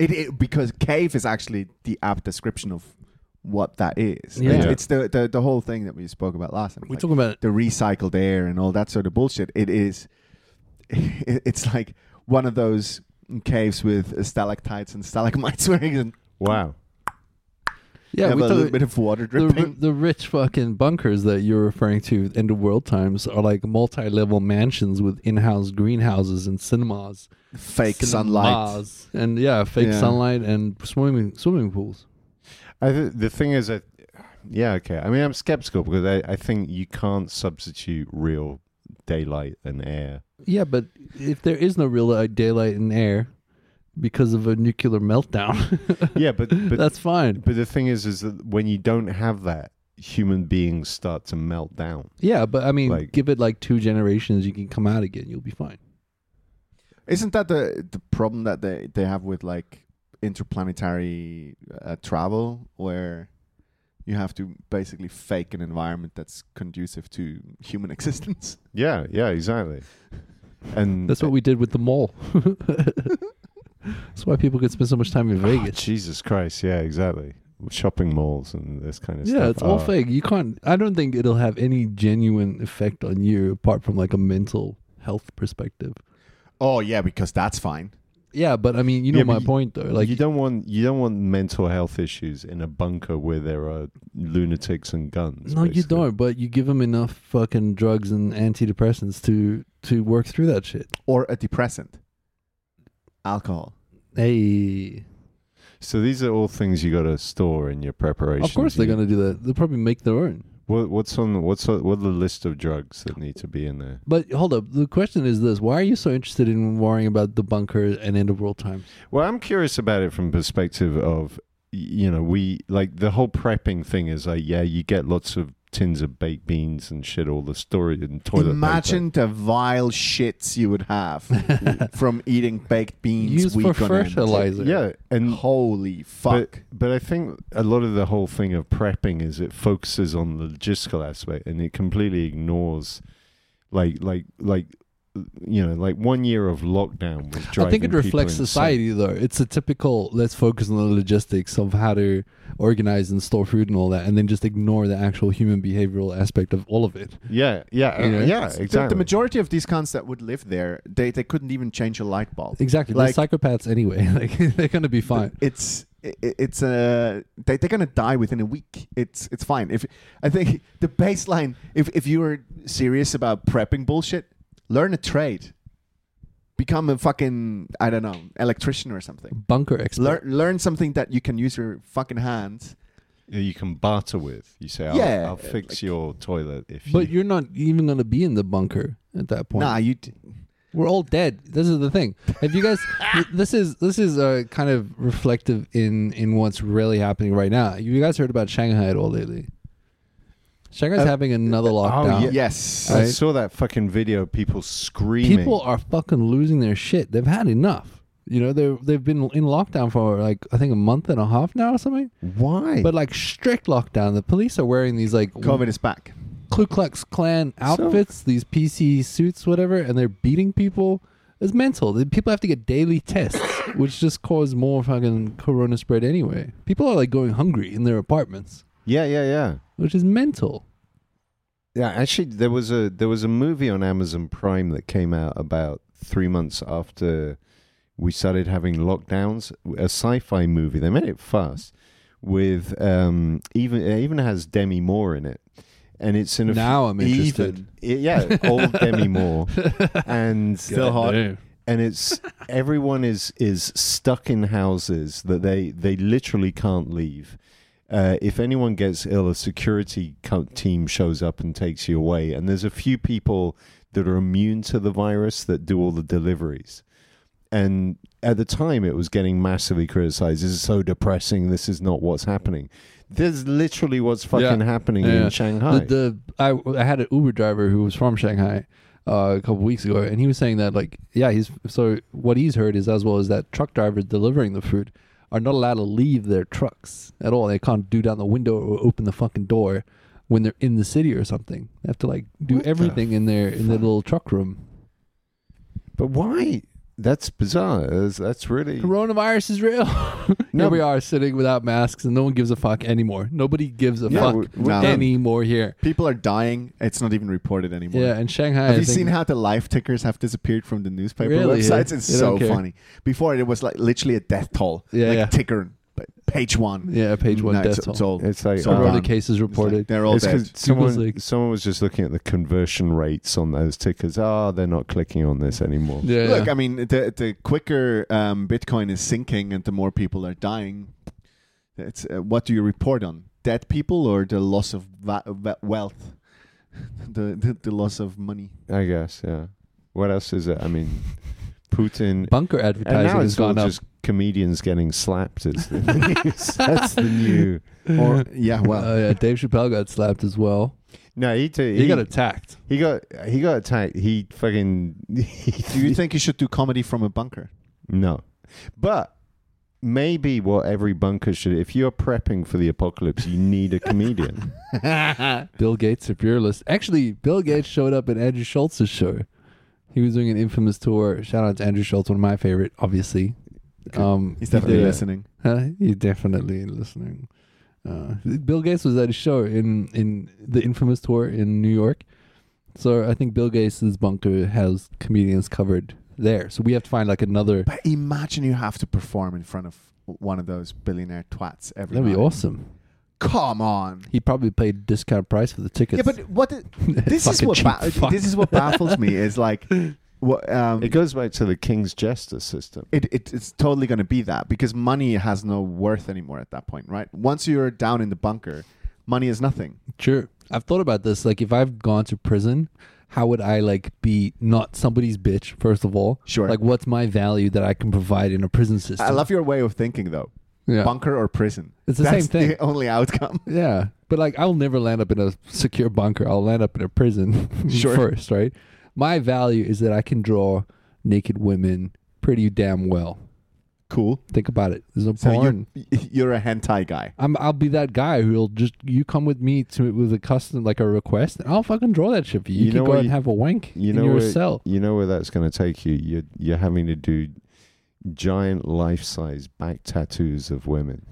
S1: It, it because cave is actually the apt description of what that is.
S2: Yeah.
S1: It's, it's the, the the whole thing that we spoke about last time.
S2: We're
S1: Like,
S2: talking about
S1: the recycled air and all that sort of bullshit. It is, it- it's like one of those caves with stalactites and stalagmites where you can
S3: Wow.
S2: yeah,
S1: have
S2: we
S1: a little
S2: talk,
S1: bit of water
S2: the,
S1: dripping.
S2: the rich fucking bunkers that you're referring to in the world times are like multi-level mansions with in-house greenhouses and cinemas,
S1: Fake sunlight.
S2: Cinemas. and yeah, fake
S1: Yeah.
S2: sunlight and swimming swimming pools.
S3: I th- the thing is, I, yeah, okay. I mean, I'm skeptical because I, I think you can't substitute real daylight and air.
S2: Yeah, but if there is no real uh, daylight and air because of a nuclear meltdown,
S3: Yeah, but but
S2: that's fine.
S3: but the thing is, is that when you don't have that, human beings start to melt down.
S2: Yeah, but I mean,
S3: Like-
S2: give it like two generations, you can come out again. You'll be fine.
S1: Isn't that the the problem that they they have with like interplanetary uh, travel where you have to basically fake an environment that's conducive to human existence?
S3: Yeah, yeah, exactly. And
S2: That's what we did with the mall. That's why people could spend so much time in
S3: Oh,
S2: Vegas.
S3: Jesus Christ! Yeah, exactly. Shopping malls and this kind of stuff. uh,
S2: yeah, it's all
S3: are-
S2: fake. You can't. I don't think it'll have any genuine effect on you apart from like a mental health perspective.
S1: Oh yeah, because that's fine.
S2: Yeah, but I mean, you know
S3: Yeah, but
S2: my
S3: you-
S2: point though. Like,
S3: you don't want you don't want mental health issues in a bunker where there are lunatics and guns.
S2: no, you
S3: basically.
S2: don't. But you give them enough fucking drugs and antidepressants to to work through that shit.
S1: Or a depressant. Alcohol.
S2: Hey,
S3: So these are all things you got to store in your preparation.
S2: of course they're gonna do that. They'll probably make their own.
S3: What, what's on? What's on, what are the list of drugs that need to be in there?
S2: But hold up, the question is this: Why are you so interested in worrying about the bunker and end of world times?
S3: Well, I'm curious about it from perspective of y- you know we like the whole prepping thing is like yeah you get lots of tins of baked beans and shit all the storage and toilet paper.
S1: Imagine the vile shits you would have from eating baked beans
S2: Used
S1: week
S2: for
S1: on end.
S2: fertilizer.
S3: yeah and
S1: Holy fuck.
S3: Mm. But, but I think a lot of the whole thing of prepping is it focuses on the logistical aspect and it completely ignores like like like you know like one year of lockdown was driving
S2: I think it
S3: people
S2: reflects
S3: insane.
S2: society, though. It's a typical let's focus on the logistics of how to organize and store food and all that, and then just ignore the actual human behavioral aspect of all of it.
S3: Yeah, yeah,
S2: You know?
S3: yeah,
S1: It's- the-
S3: exactly.
S1: The majority of these cons that would live there, they, they couldn't even change a light bulb.
S2: Exactly,
S1: Like-
S2: they're psychopaths anyway. like they're gonna be fine.
S1: It's i- i- it's a they, they're gonna die within a week. It's it's fine. If I think the baseline, if if you are serious about prepping bullshit, learn a trade, become a fucking I don't know electrician or something.
S2: Bunker expert.
S1: Learn learn something that you can use your fucking hands.
S3: you can barter with. You say, I'll,
S1: Yeah,
S3: I'll fix
S1: like-
S3: your toilet if
S2: but
S3: you.
S2: you're not even gonna be in the bunker at that point.
S1: Nah, you. d-
S2: We're all dead. This is the thing. Have you guys? th- this is this is uh, kind of reflective in in what's really happening right now. You guys heard about Shanghai at all lately? Shanghai's
S1: Uh,
S2: having another lockdown.
S3: oh, yeah.
S1: Yes.
S3: I
S2: Right.
S3: saw that fucking video. People screaming.
S2: People are fucking losing their shit. They've had enough. You know, they they've been in lockdown for like I think a month and a half now or something.
S3: why?
S2: But like strict lockdown. The police are wearing these like
S1: COVID is back.
S2: Ku Klux Klan outfits, these PC suits, whatever, and they're beating people. It's mental. The- People have to get daily tests, which just cause more fucking corona spread anyway. People are like going hungry in their apartments,
S3: Yeah, yeah, yeah.
S2: which is mental.
S3: Yeah, actually, there was a there was a movie on Amazon Prime that came out about three months after we started having lockdowns. A sci-fi movie. They made it fast with um, even it even has Demi Moore in it, and it's in a
S2: Now I'm interested.
S3: even yeah old Demi Moore and
S1: Still hot.
S2: Damn.
S3: and it's everyone is is stuck in houses that they they literally can't leave. Uh, if anyone gets ill, a security co- team shows up and takes you away. And there's a few people that are immune to the virus that do all the deliveries. And at the time, it was getting massively criticized. This is so depressing. This is not what's happening. There's literally what's fucking happening
S2: Yeah.
S3: in Shanghai.
S2: The, the I, I had an Uber driver who was from Shanghai uh, a couple weeks ago, and he was saying that like yeah, he's so what he's heard is as well as that truck drivers delivering the food are not allowed to leave their trucks at all. They can't do down the window or open the fucking door when they're in the city or something. They have to like do
S3: What the
S2: everything in their in their little truck room.
S3: but why? That's bizarre. That's, that's really.
S2: Coronavirus is real.
S3: No.
S2: Here we are sitting without masks, and no one gives a fuck anymore. Nobody gives a
S3: Yeah,
S2: fuck
S3: we- we're
S1: done.
S2: anymore here.
S1: People are dying. It's not even reported anymore.
S2: Yeah, and Shanghai.
S1: Have
S2: I
S1: you
S2: think-
S1: seen how the life tickers have disappeared from the newspaper
S2: Really?
S1: websites? It's
S2: They
S1: so
S2: don't care.
S1: funny. Before it was like literally a death toll.
S2: Yeah,
S1: like
S2: yeah.
S1: ticker, but page one.
S2: Yeah, page one
S1: No,
S2: death
S1: it's,
S2: toll.
S1: it's all
S3: It's like
S1: So
S2: Corona
S1: done.
S2: cases
S1: it's like
S2: reported.
S1: they're all
S3: It's 'cause
S1: dead.
S3: someone,
S2: like-
S3: someone was just looking at the conversion rates on those tickers. Ah, they're not clicking on this anymore.
S2: yeah,
S1: Look,
S2: yeah.
S1: I mean, the the quicker um, Bitcoin is sinking and the more people are dying, it's uh, what do you report on? Dead people or the loss of va- va- wealth, the, the the loss of money.
S3: I guess, yeah. What else is it? I mean, Putin.
S2: bunker
S3: And
S2: advertising
S3: now
S2: has
S3: it's all
S2: gone up.
S3: just comedians getting slapped. Is the news. That's the new.
S1: Or yeah, well,
S2: Oh yeah, Dave Chappelle got slapped as well.
S3: No, he, t-
S2: He,
S3: he,
S2: got attacked.
S3: he got he got attacked. He fucking.
S1: do you think you should do comedy from a bunker?
S3: No. But maybe what every bunker should. If you're prepping for the apocalypse, you need a comedian.
S2: Bill Gates, if you're listening, actually, Bill Gates showed up in Andrew Schultz's show. He was doing an infamous tour. Shout out to Andrew Schultz, one of my favorite, obviously. Um,
S1: He's definitely
S3: Yeah.
S1: listening.
S2: Huh? He's definitely listening. Uh, Bill Gates was at a show in in the infamous tour in New York, so I think Bill Gates's bunker has comedians covered there. So we have to find like another.
S1: But imagine you have to perform in front of one of those billionaire twats every
S2: That'd be
S1: night.
S2: awesome.
S1: Come on.
S2: He probably paid discount price for the tickets.
S1: Yeah, but what the- this is
S2: Fucking
S1: what
S2: cheap
S1: ba-
S2: fuck.
S1: this is what baffles me is like what um
S3: It goes back to the king's jester system.
S1: it, it it's totally going to be that because money has no worth anymore at that point, right? Once you're down in the bunker, money is nothing.
S2: sure, I've thought about this. Like, if I've gone to prison, how would I like be not somebody's bitch? First of all,
S1: Sure.
S2: Like, what's my value that I can provide in a prison system?
S1: I love your way of thinking though.
S2: yeah.
S1: Bunker or prison?
S2: It's the
S1: That's
S2: same thing.
S1: The only outcome.
S2: Yeah, but like I'll never land up in a secure bunker. I'll land up in a prison
S1: Sure.
S2: first, right? My value is that I can draw naked women pretty damn well.
S1: Cool.
S2: Think about it. There's no
S1: So
S2: porn.
S1: you're you're a hentai guy.
S2: I'm, I'll be that guy who'll just you come with me to with a custom like a request, and I'll fucking draw that shit for you. You,
S3: You
S2: can
S3: know
S2: go
S3: what
S2: and
S3: you-
S2: have a wank
S3: you
S2: in
S3: know
S2: your
S3: what-
S2: cell.
S3: you know where that's going to take you. You're you're having to do giant life size back tattoos of women.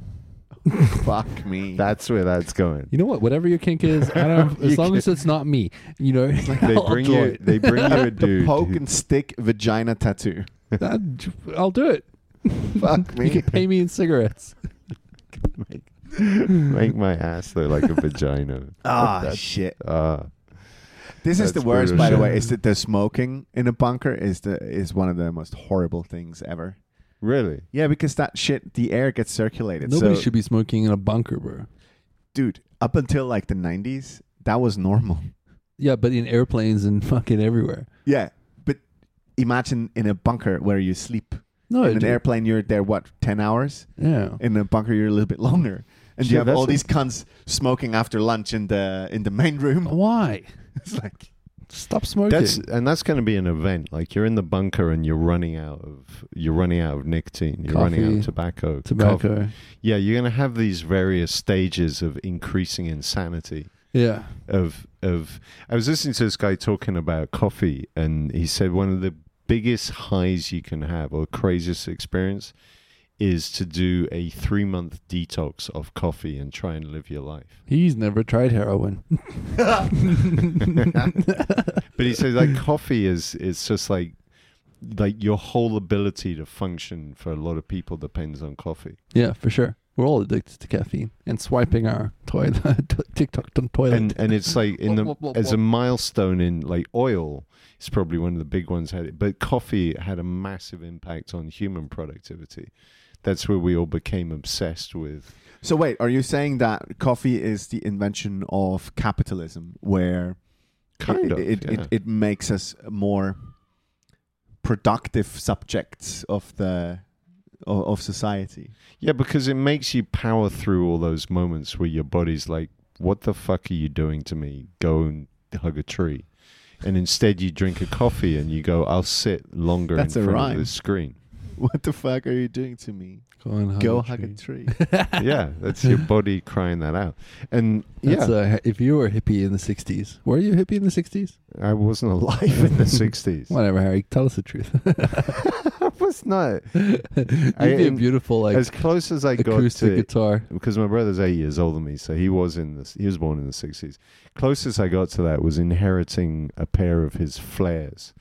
S1: Fuck me.
S3: That's where that's going.
S2: You know what? Whatever your kink is, I don't.
S3: You
S2: as long as it's not me, you know.
S3: They
S2: I'll
S3: bring
S2: draw
S3: you.
S2: it.
S3: They bring you a dude.
S1: Poke
S3: who-
S1: and stick vagina tattoo.
S2: I'll I'll do it.
S1: Fuck
S2: You
S1: me.
S2: can pay me in cigarettes.
S3: make my ass look like a vagina.
S1: Ah
S3: That's-
S1: shit.
S3: Ah,
S1: This is the
S3: That's
S1: worst,
S3: brutal
S1: by the
S3: shit.
S1: way. Is that the smoking in a bunker is the is one of the most horrible things ever.
S3: really?
S1: Yeah, because that shit, the air gets circulated.
S2: Nobody
S1: so,
S2: should be smoking in a bunker, bro.
S1: dude. Up until like the nineties, that was normal.
S2: Yeah, but in airplanes and fucking everywhere.
S1: Yeah, but imagine in a bunker where you sleep.
S3: Oh,
S2: No,
S1: in
S2: it-
S1: an airplane, you're there what ten hours.
S2: Yeah.
S1: In a bunker, you're a little bit longer, and you
S3: Shit,
S1: have
S3: that's
S1: all
S3: a-
S1: these cunts smoking after lunch in the in the main
S3: Oh.
S1: room.
S2: Why?
S1: it's like
S2: Stop smoking.
S3: That's and that's going to be an event. Like you're in the bunker and you're running out of you're running out of nicotine. You're running out
S2: Coffee.
S3: of tobacco.
S2: tobacco.
S3: coffee. Yeah, you're going to have these various stages of increasing insanity.
S2: Yeah.
S3: of of I was listening to this guy talking about coffee and he said one of the biggest highs you can have or craziest experience is to do a three month detox of coffee and try and live your life.
S2: He's never tried heroin.
S3: But he says like coffee is it's just like like your whole ability to function for a lot of people depends on coffee.
S2: Yeah, for sure. We're all addicted to caffeine and swiping our toilet, t- TikTok t- toilet.
S3: And and it's like in
S2: Whoa,
S3: the
S2: whoa, whoa,
S3: as
S2: whoa.
S3: a milestone in like oil, it's probably one of the big ones had it. But coffee had a massive impact on human productivity. That's where we all became obsessed with
S1: So wait, are you saying that coffee is the invention of capitalism, where
S3: kind
S1: it,
S3: of
S1: it,
S3: yeah.
S1: it, it makes us more productive subjects of the of, of society?
S3: Yeah, because it makes you power through all those moments where your body's like, "What the fuck are you doing to me? Go and hug a tree," and instead you drink a coffee and you go, "I'll sit longer
S1: That's a
S3: in front
S1: rhyme.
S3: of the screen."
S1: What the fuck are you doing to me?
S2: Go and hug
S1: Go
S2: a
S1: hug a
S2: tree.
S1: tree.
S3: yeah, that's your body crying that out. And
S2: That's
S3: yeah,
S2: uh, if you were a hippie in the 60s, were you a hippie in the 60s?
S3: I wasn't alive in the sixties.
S2: Whatever, Harry, tell us the truth.
S3: I was not
S2: You'd
S3: I-
S2: be a
S3: and
S2: beautiful like
S3: as close as I got
S2: acoustic
S3: to
S2: guitar.
S3: because my brother's eight years older than me, so he was in this. He was born in the sixties. Closest I got to that was inheriting a pair of his flares,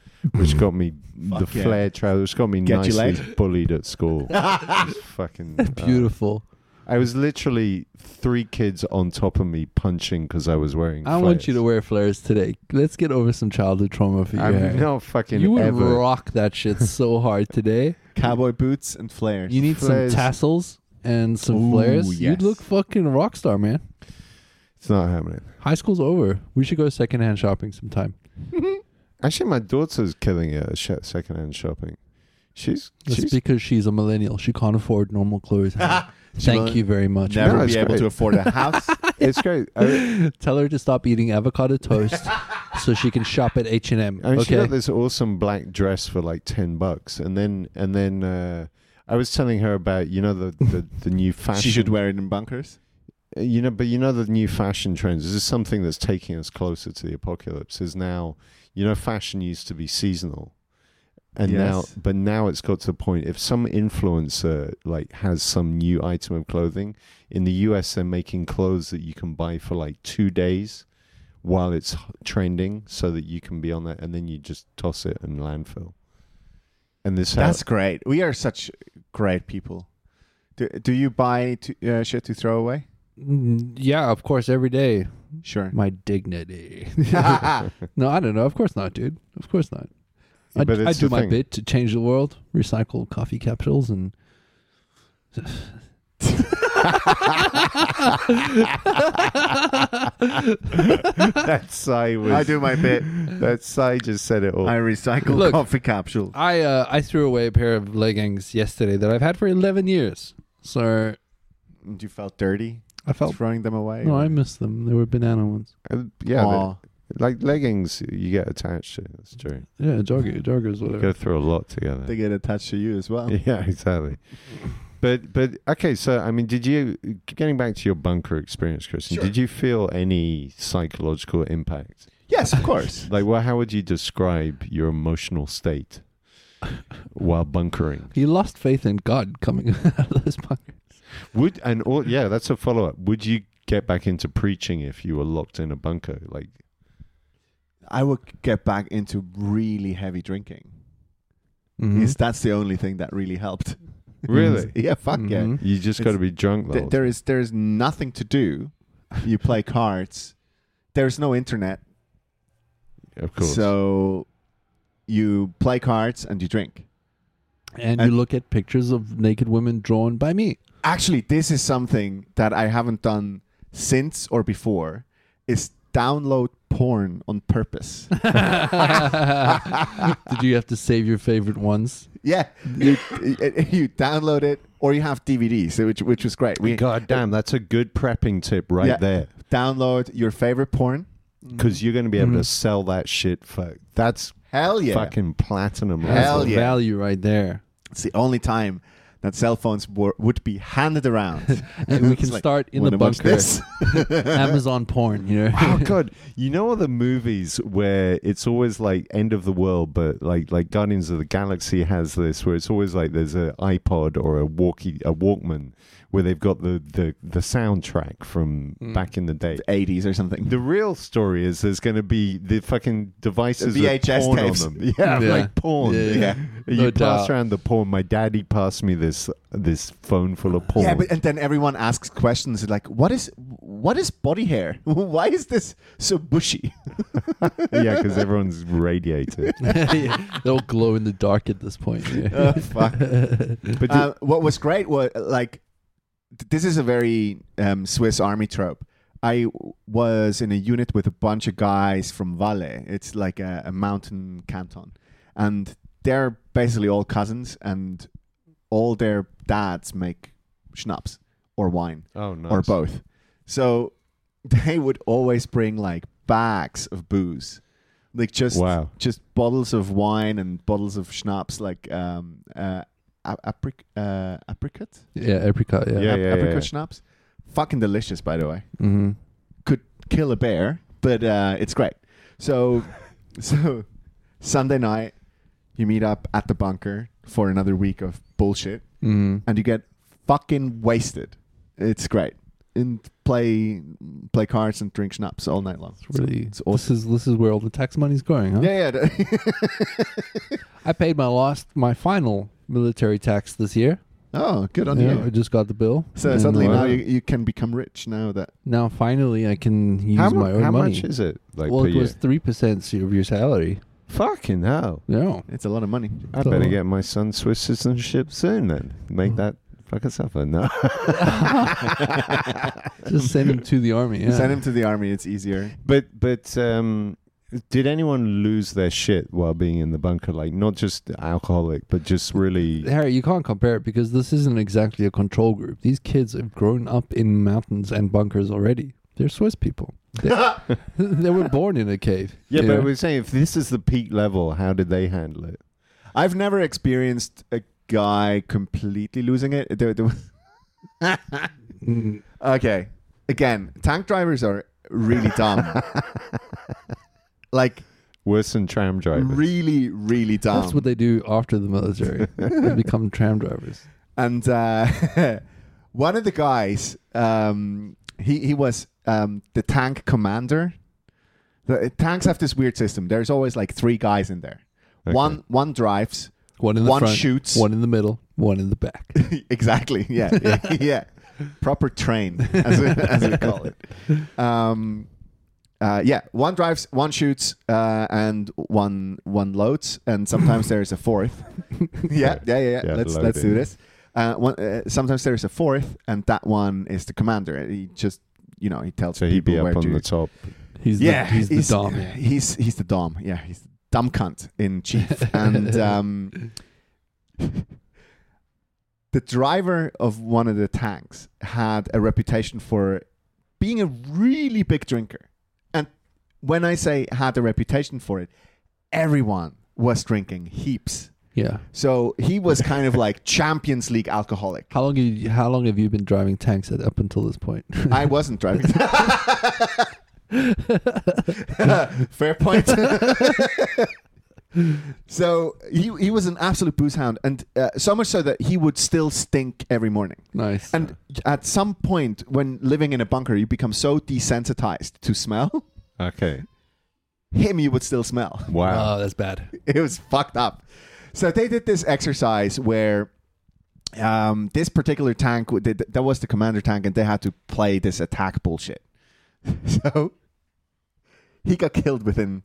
S3: which got me the
S1: Fuck yeah.
S3: flare trousers, which got me
S1: Get you
S3: nicely bullied at school. Just fucking uh,
S2: Beautiful.
S3: I was literally three kids on top of me punching because I was wearing.
S2: I want you to
S3: flares.
S2: wear flares today. Let's get over some childhood trauma for you. Harry.
S3: I'm not fucking
S2: you would
S3: ever.
S2: rock that shit so hard today.
S1: Cowboy boots and flares.
S2: You need
S3: Flares.
S2: some tassels and some
S1: Ooh,
S2: flares.
S1: yes.
S2: You'd look fucking rock star, man.
S3: It's not happening.
S2: High school's over. We should go secondhand shopping sometime.
S3: Actually, my daughter's killing it at sh- secondhand shopping. She's
S2: That's
S3: she's
S2: because she's a millennial. She can't afford normal clothes. Harry.
S1: She will
S2: Thank you very much.
S1: Never
S3: No,
S1: be
S3: it's
S1: able
S3: great.
S1: to afford a house.
S3: it's great. I-
S2: Tell her to stop eating avocado toast so she can shop at H and M.
S3: I mean, she
S2: Okay.
S3: got this awesome black dress for like ten bucks, and then and then uh, I was telling her about you know the the, the new fashion.
S1: she should wear it in bunkers.
S3: you know, but you know the new fashion trends. This is something that's taking us closer to the apocalypse. Is now, you know, fashion used to be seasonal, and
S1: Yes.
S3: now, but now it's got to the point. If some influencer like has some new item of clothing in the U.S., they're making clothes that you can buy for like two days while it's h- trending, so that you can be on that, and then you just toss it in landfill. And this
S1: That's great. We are such great people. Do, do you buy to, uh, shit to throw away?
S2: Mm, Yeah, of course, every day.
S1: Sure.
S2: My dignity.
S3: how,
S2: no, I don't know. Of course not, dude. Of course not. I,
S3: But
S2: I
S3: it's
S2: do
S3: the
S2: my
S3: thing.
S2: bit to change the world, recycle coffee capsules, and
S3: that sigh was.
S1: I do my bit.
S3: That sigh just said it all.
S1: I recycle
S2: Look.
S1: coffee capsules.
S2: I uh, I threw away a pair of leggings yesterday that I've had for eleven years. So
S1: And You felt dirty
S2: I felt
S1: throwing them away.
S2: no, I miss them. They were banana ones.
S3: Uh, yeah, but-
S1: Aw.
S3: Like leggings, you get attached to. That's true.
S2: Yeah, jogger, joggers,
S3: You
S2: whatever.
S3: go through a lot together.
S1: they get attached to you as well.
S3: Yeah, exactly. But but okay, so I mean, did you getting back to your bunker experience, Christian?
S1: Sure.
S3: Did you feel any psychological impact?
S1: Yes, of course.
S3: Like, well, how would you describe your emotional state while bunkering?
S2: He lost faith in God coming out of this bunker.
S3: Would and all, yeah, that's a follow up. Would you get back into preaching if you were locked in a bunker? Like,
S1: I would get back into really heavy drinking. Yes, that's the only thing that really helped.
S3: really,
S1: yeah, fuck yeah.
S2: Mhm.
S3: you just got to be drunk.
S1: Mm-hmm. Th-
S3: Though.
S1: there is there is nothing to do. You play cards. There's no internet,
S3: of course.
S1: so you play cards and you drink.
S2: And,
S1: And-
S2: you look at pictures of naked women drawn by me.
S1: actually this is something that i haven't done since or before is download porn on purpose
S2: Did you have to save your favorite ones?
S1: yeah you, you download it or you have dvds which which was great we
S3: God damn, that's a good prepping tip right
S1: Yeah.
S3: there.
S1: download your favorite porn
S3: Because you're going to be
S2: Mm-hmm.
S3: able to sell that shit for that's
S1: hell yeah
S3: fucking platinum.
S1: Hell
S3: level.
S2: That's the
S1: yeah.
S2: value right there.
S1: it's the only time that cell phones were, would be handed around.
S2: And we
S1: It's
S2: can
S1: like,
S2: start in the
S1: "Wanna watch
S2: bunker.
S1: this?"
S2: Amazon porn, you know.
S3: Oh god, you know all the movies where it's always like end of the world, but like like Guardians of the Galaxy has this, where it's always like there's an iPod or a walkie, a Walkman, where they've got the the the soundtrack from
S2: Mm.
S3: back in the day.
S1: 80s or something.
S3: The real story is there's going to be the fucking devices
S1: VHS
S3: with porn
S1: tapes.
S3: on them. Yeah,
S2: Yeah.
S3: like porn.
S2: Yeah.
S1: yeah.
S3: You
S2: No
S3: pass
S2: doubt.
S3: around the porn. My daddy passed me this this phone full of porn.
S1: Yeah, but and then everyone asks questions like, "What is what is body hair? Why is this so bushy?"
S3: yeah, because everyone's radiated.
S2: Yeah, They'll glow in the dark at this point. yeah.
S1: Oh, fuck.
S3: But
S1: Uh, what was great was like, th- this is a very um, Swiss Army trope. I w- was in a unit with a bunch of guys from Valle. It's like a, a mountain canton, and they're basically all cousins, and all their dads make schnapps or wine.
S3: oh no,
S1: or both. So they would always bring like bags of booze, like just
S3: Wow.
S1: just bottles of wine and bottles of schnapps, like um, uh, a- apric- uh, apricot,
S2: Yeah, apricot. Yeah.
S3: Yeah.
S1: Ap- apricot schnapps. Fucking delicious, by the way.
S2: Mm-hmm.
S1: Could kill a bear, but uh, it's great. So, so Sunday night, you meet up at the bunker for another week of bullshit
S2: Mm-hmm.
S1: and you get fucking wasted. It's great. And play play cards and drink schnapps all night long.
S2: It's really.
S1: It's awesome.
S2: This is this is where all the tax money's going, huh?
S1: Yeah, yeah.
S2: I paid my last, my final military tax this year.
S1: oh, good on
S2: yeah, I
S1: you.
S2: just got the bill.
S1: So
S2: And,
S1: suddenly
S2: uh,
S1: now you, you can become rich now that
S2: now finally I can use
S3: How, mu-
S2: my own
S3: how
S2: money.
S3: much is it? Like
S2: well,
S3: per
S2: it was
S3: year?
S2: three percent of your salary.
S3: Fucking hell!
S2: Yeah.
S1: it's a lot of money.
S3: I
S2: So-
S3: better get my son Swiss citizenship soon. Then make that fucking suffer. No,
S2: Just send him to the army. Yeah.
S1: Send him to the army, it's easier.
S3: but but um, did anyone lose their shit while being in the bunker? Like not just alcoholic, but just really.
S2: Harry, you can't compare it because this isn't exactly a control group. These kids have grown up in mountains and bunkers already. They're Swiss people. They, they were born in a cave.
S3: Yeah,
S2: you
S3: but
S2: know?
S3: we're saying if this is the peak level, how did they handle it?
S1: I've never experienced a guy completely losing it. There- there was-
S2: Mm,
S1: okay. Again, tank drivers are really dumb. like
S3: Worse than tram drivers.
S1: really, really dumb.
S2: that's what they do after the military. they become tram drivers.
S1: and uh, one of the guys, um, he he was um, the tank commander. The tanks have this weird system. There's always like three guys in there.
S3: Okay.
S1: One one drives,
S2: One in the
S1: one
S2: front,
S1: shoots.
S2: one in the middle, one in the back.
S1: exactly. Yeah, yeah, yeah. Proper train, as we, as we call it. Um, uh, yeah, one drives, one shoots, uh, and one one loads, and sometimes there is a fourth. yeah, yeah, yeah, yeah.
S3: Yeah,
S1: Let's
S3: loading.
S1: let's do this. Uh, one, uh, sometimes there is a fourth, and that one is the commander. He just, you know, he tells
S3: So he'd
S1: people
S3: be
S1: where
S3: up
S1: to.
S3: on the top.
S2: He's
S1: yeah,
S2: the, he's, the dom. yeah.
S1: He's he's the dom. Yeah, he's the dumb cunt in chief. and um, the driver of one of the tanks had a reputation for being a really big drinker. And when I say had a reputation for it, everyone was drinking heaps.
S2: Yeah.
S1: So he was kind of like Champions League alcoholic.
S2: How long have you, how long have you been driving tanks at, up until this point?
S1: I wasn't driving. Fair point. so he he was an absolute booze hound, and uh, so much so that he would still stink every morning.
S2: nice.
S1: And at some point, when living in a bunker, you become so desensitized to smell.
S3: Okay.
S1: Him, you would still smell.
S3: Wow.
S2: oh, that's bad.
S1: It was fucked up. So they did this exercise where um, this particular tank w- th- th- that was the commander tank, and they had to play this attack bullshit. So he got killed within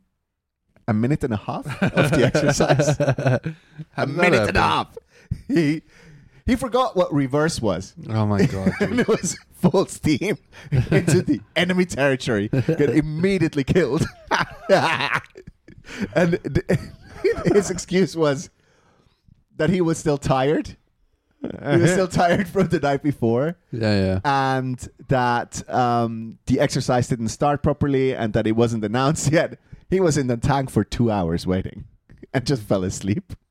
S1: a minute and a half of the exercise. a minute and a half. He he forgot what reverse was.
S2: Oh my god.
S1: And it was full steam into the enemy territory. Got immediately killed. and th- his excuse was that he was still tired. Uh, He
S3: Uh-huh.
S1: was still tired from the night before,
S2: yeah, yeah.
S1: and that um, the exercise didn't start properly, and that it wasn't announced yet. He was in the tank for two hours waiting, and just fell asleep.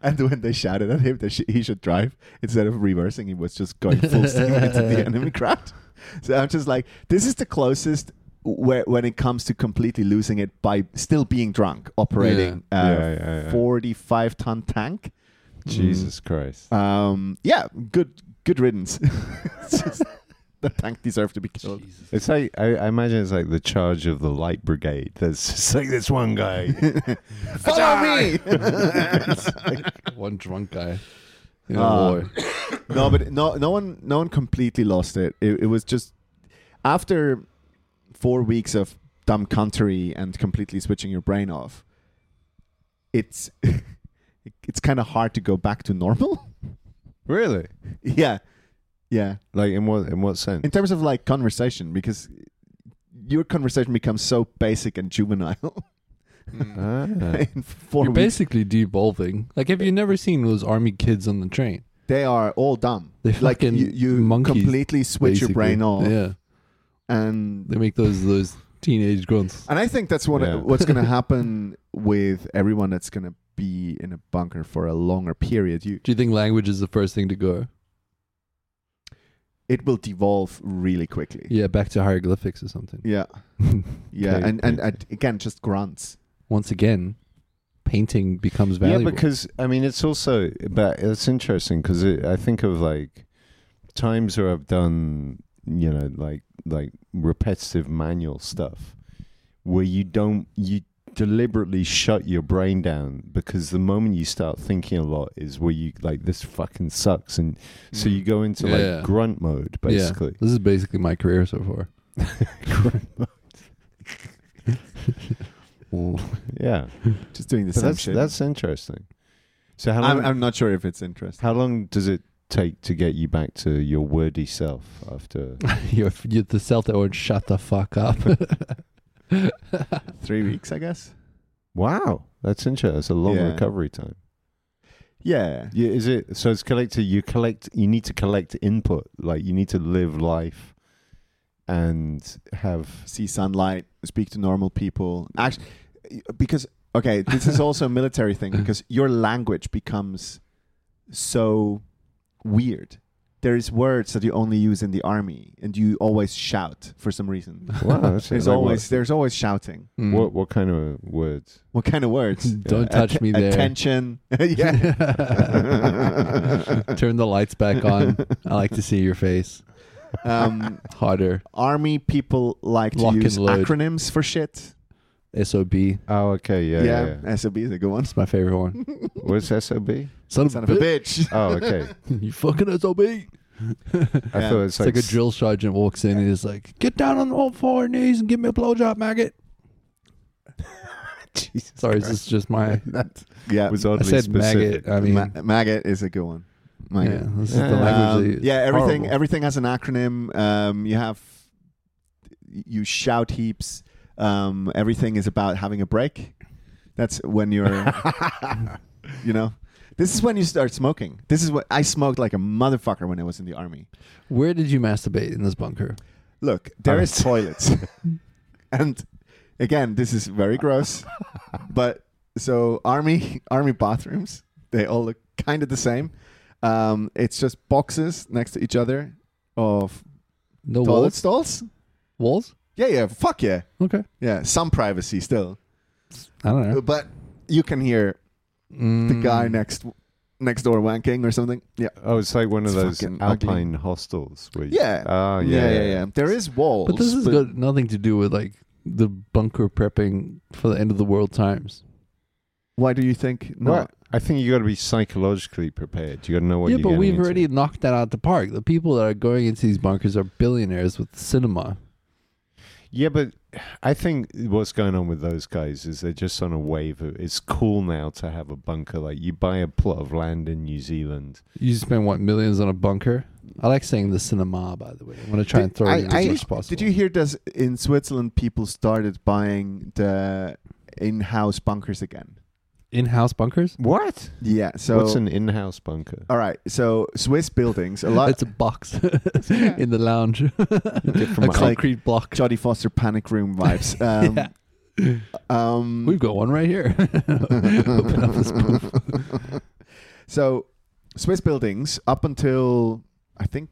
S1: And when they shouted at him that sh- he should drive, instead of reversing, he was just going full steam into the enemy crowd. So I'm just like, this is the closest where, when it comes to completely losing it by still being drunk, operating
S3: Yeah.
S1: a
S3: Yeah, yeah, yeah.
S1: 45 ton tank.
S3: Jesus Christ.
S1: Um, yeah, good good riddance. It's just- the tank deserved to be killed.
S3: It's like I, I imagine it's like the charge of the light brigade. There's just like this one guy.
S1: Follow me.
S2: One drunk guy. You
S1: Ah.
S2: know, boy.
S1: no, but no, no one, no one completely lost it. It, it was just after four weeks of dumb country and completely switching your brain off. It's it's kind of hard to go back to normal.
S3: really?
S1: yeah, yeah.
S3: Like in what in what sense?
S1: In terms of like conversation, because your conversation becomes so basic and juvenile mm.
S3: Ah.
S1: in 4
S2: You're
S1: weeks.
S2: basically devolving. Like, have you never seen those army kids on the train?
S1: They are all dumb.
S2: They
S1: Like you,
S2: fucking
S1: you
S2: monkeys,
S1: completely switch your
S2: basically.
S1: brain off,
S2: Yeah,
S1: and
S2: they make those those teenage grunts.
S1: And I think that's what
S3: Yeah.
S1: what's going to happen with everyone that's going to be in a bunker for a longer period. You,
S2: Do you think language is the first thing to go?
S1: it will devolve really quickly.
S2: Yeah, back to hieroglyphics or something.
S1: Yeah, yeah,
S3: Okay,
S1: and and
S3: okay.
S1: and again, just grunts.
S2: Once again, painting becomes valuable.
S3: Yeah, because I mean, it's also, but it's interesting because it, I think of like times where I've done, you know, like like repetitive manual stuff, where you don't you deliberately shut your brain down because the moment you start thinking a lot is where you like this fucking sucks, and so
S1: Mm.
S3: you go into
S2: Mm. Yeah.
S3: like grunt mode
S2: Yeah.
S3: basically.
S2: this is basically my career so far.
S3: grunt mode. yeah,
S1: Just doing the
S3: But
S1: same
S3: that's
S1: shit.
S3: that's interesting. So how long?
S1: I'm, I'm not sure if it's interesting.
S3: How long does it take to get you back to your wordy self after?
S2: you're, you're the self that would shut the fuck up.
S1: Three weeks, I guess.
S3: wow, that's interesting. That's a long
S1: Yeah.
S3: recovery time.
S1: Yeah,
S3: Yeah, is it? So it's collected. You collect. You need to collect input. Like you need to live life, and have.
S1: see sunlight, speak to normal people. Actually, because okay, this is also a military thing because your language becomes so weird. There is words that you only use in the army, and you always shout for some reason.
S3: Wow, that's
S1: There's
S3: like
S1: always there's always shouting.
S2: Mm.
S3: What, what what kind of words?
S1: What kind of words?
S2: Don't touch me there.
S1: Attention. yeah.
S2: Turn the lights back on. I like to see your face.
S1: Um,
S2: Harder.
S1: army people like to
S2: Lock and
S1: use
S2: load.
S1: acronyms for shit.
S2: SOB. It's
S3: Oh, okay, yeah, yeah. yeah.
S1: SOB is a good one.
S2: my favorite one.
S3: What's sob?
S2: Son,
S1: Son of a bitch.
S3: Oh, okay.
S2: You fucking SOB.
S3: I
S1: Yeah.
S3: thought it's
S2: It's like
S3: like,
S2: a drill sergeant walks in and is like, get down on all four knees and give me a blowjob, maggot.
S3: Jesus
S2: Sorry, this is just my.
S3: that
S1: Yeah.
S3: was
S2: I
S3: oddly
S2: said
S3: specific.
S2: maggot. I mean,
S1: Ma- maggot is a good one. Maggot.
S2: yeah, this is
S3: Yeah.
S2: the language.
S1: Um,
S2: that-
S1: yeah, everything
S2: horrible.
S1: everything has an acronym. Um, you have you shout heaps. Um, everything is about having a break. That's when you're, you know, this is when you start smoking. This is what I smoked like a motherfucker when I was in the army.
S2: Where did you masturbate in this bunker?
S1: Look, there is
S3: Oh.
S1: toilets, and again, this is very gross, but so army army bathrooms they all look kind of the same. Um, it's just boxes next to each other of
S2: No
S1: toilet
S2: walls?
S1: stalls.
S2: Walls?
S1: Yeah, yeah, fuck yeah,
S2: Okay.
S1: yeah. Some privacy still,
S2: I don't know. Mm.
S1: but you can hear the guy next next door wanking or something. Yeah,
S3: Oh, it's like one of
S1: It's
S3: those
S1: fucking ugly.
S3: alpine hostels. Where you-
S1: yeah,
S3: Oh,
S1: yeah,
S3: yeah,
S1: yeah, yeah. There is walls,
S2: But this has got nothing to do with like the bunker prepping for the end of the world times.
S1: why do you think
S3: No,
S1: not?
S3: I think you got to be psychologically prepared. You got to know what.
S2: yeah,
S3: you're
S2: but
S3: getting
S2: we've
S3: into.
S2: already knocked that out the park. The people that are going into these bunkers are billionaires with cinema.
S3: Yeah, but I think what's going on with those guys is they're just on a wave. Of, it's cool now to have a bunker. Like you buy a plot of land in New Zealand.
S2: You spend what millions on a bunker? I like saying the cinema, by the way. I'm gonna try and throw
S1: I-
S2: it in as
S1: I-
S2: much as possible.
S1: Did you hear this in Switzerland people started buying the in-house bunkers again?
S2: in-house bunkers?
S3: What? Oh,
S1: Yeah, so
S3: What's an in-house bunker?
S1: all right, so Swiss buildings a lot
S2: it's a box in the lounge, a
S1: like-
S2: concrete block.
S1: Jodie Foster panic room vibes. Um,
S2: Yeah.
S1: um
S2: We've got one right here. Open up this poof.
S1: So Swiss buildings up until I think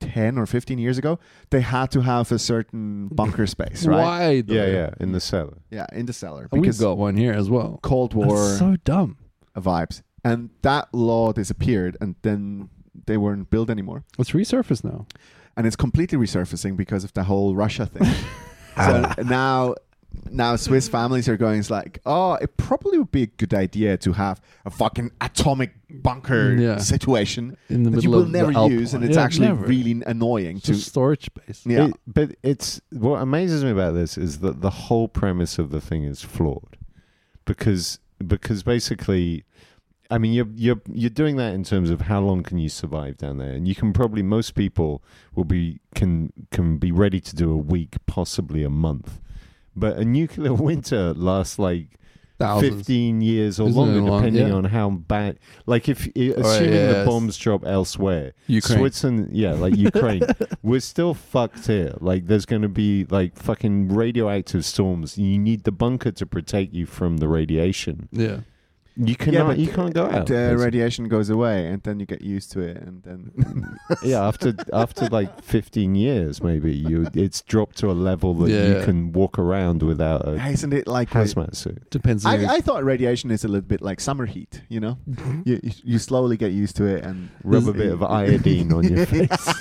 S1: 10 or 15 years ago, they had to have a certain bunker space, right?
S2: Why? Though?
S3: Yeah, yeah, in the cellar.
S1: Yeah, in the cellar
S2: And
S1: because
S2: we've got one here as well.
S1: Cold War
S2: That's so dumb.
S1: vibes. And that law disappeared and then they weren't built anymore.
S2: It's resurfaced now.
S1: And it's completely resurfacing because of the whole Russia thing.
S3: Ah.
S1: so now now Swiss families are going it's like, "Oh, it probably would be a good idea to have a fucking atomic bunker
S2: Mm, Yeah.
S1: situation
S2: In the
S1: that you
S2: middle
S1: will
S2: of the
S1: never
S2: Alp
S1: use and
S2: line.
S1: it's
S2: Yeah,
S1: actually
S2: never.
S1: really annoying
S2: It's
S1: to
S2: just storage space.
S1: Yeah.
S3: It- but it's what amazes me about this is that the whole premise of the thing is flawed, because because basically, I mean you're you're you're doing that in terms of how long can you survive down there, and you can probably most people will be can can be ready to do a week, possibly a month, but a nuclear winter lasts like
S2: Thousands.
S3: 15 years or
S2: Isn't it
S3: longer,
S2: long?
S3: depending
S2: Yeah. Oh,
S3: on how bad. Like, if i- assuming the
S2: yes.
S3: bombs drop elsewhere,
S2: Ukraine.
S3: Switzerland, yeah, like Ukraine, we're still fucked here. Like, there's going to be like fucking radioactive storms. You need the bunker to protect you from the radiation.
S2: Yeah.
S3: You cannot, you can't go out.
S1: The
S3: basically.
S1: radiation goes away, and then you get used to it, and then
S3: yeah, after after like 15 years, maybe you it's dropped to a level that you
S2: Yeah.
S3: can walk around without a
S1: isn't it like
S3: hazmat suit.
S2: Depends on
S1: I,
S2: your-
S1: I thought radiation is a little bit like summer heat, you know. you, you you slowly get used to it, and
S3: Rub Mm-hmm. a bit of iodine on your face.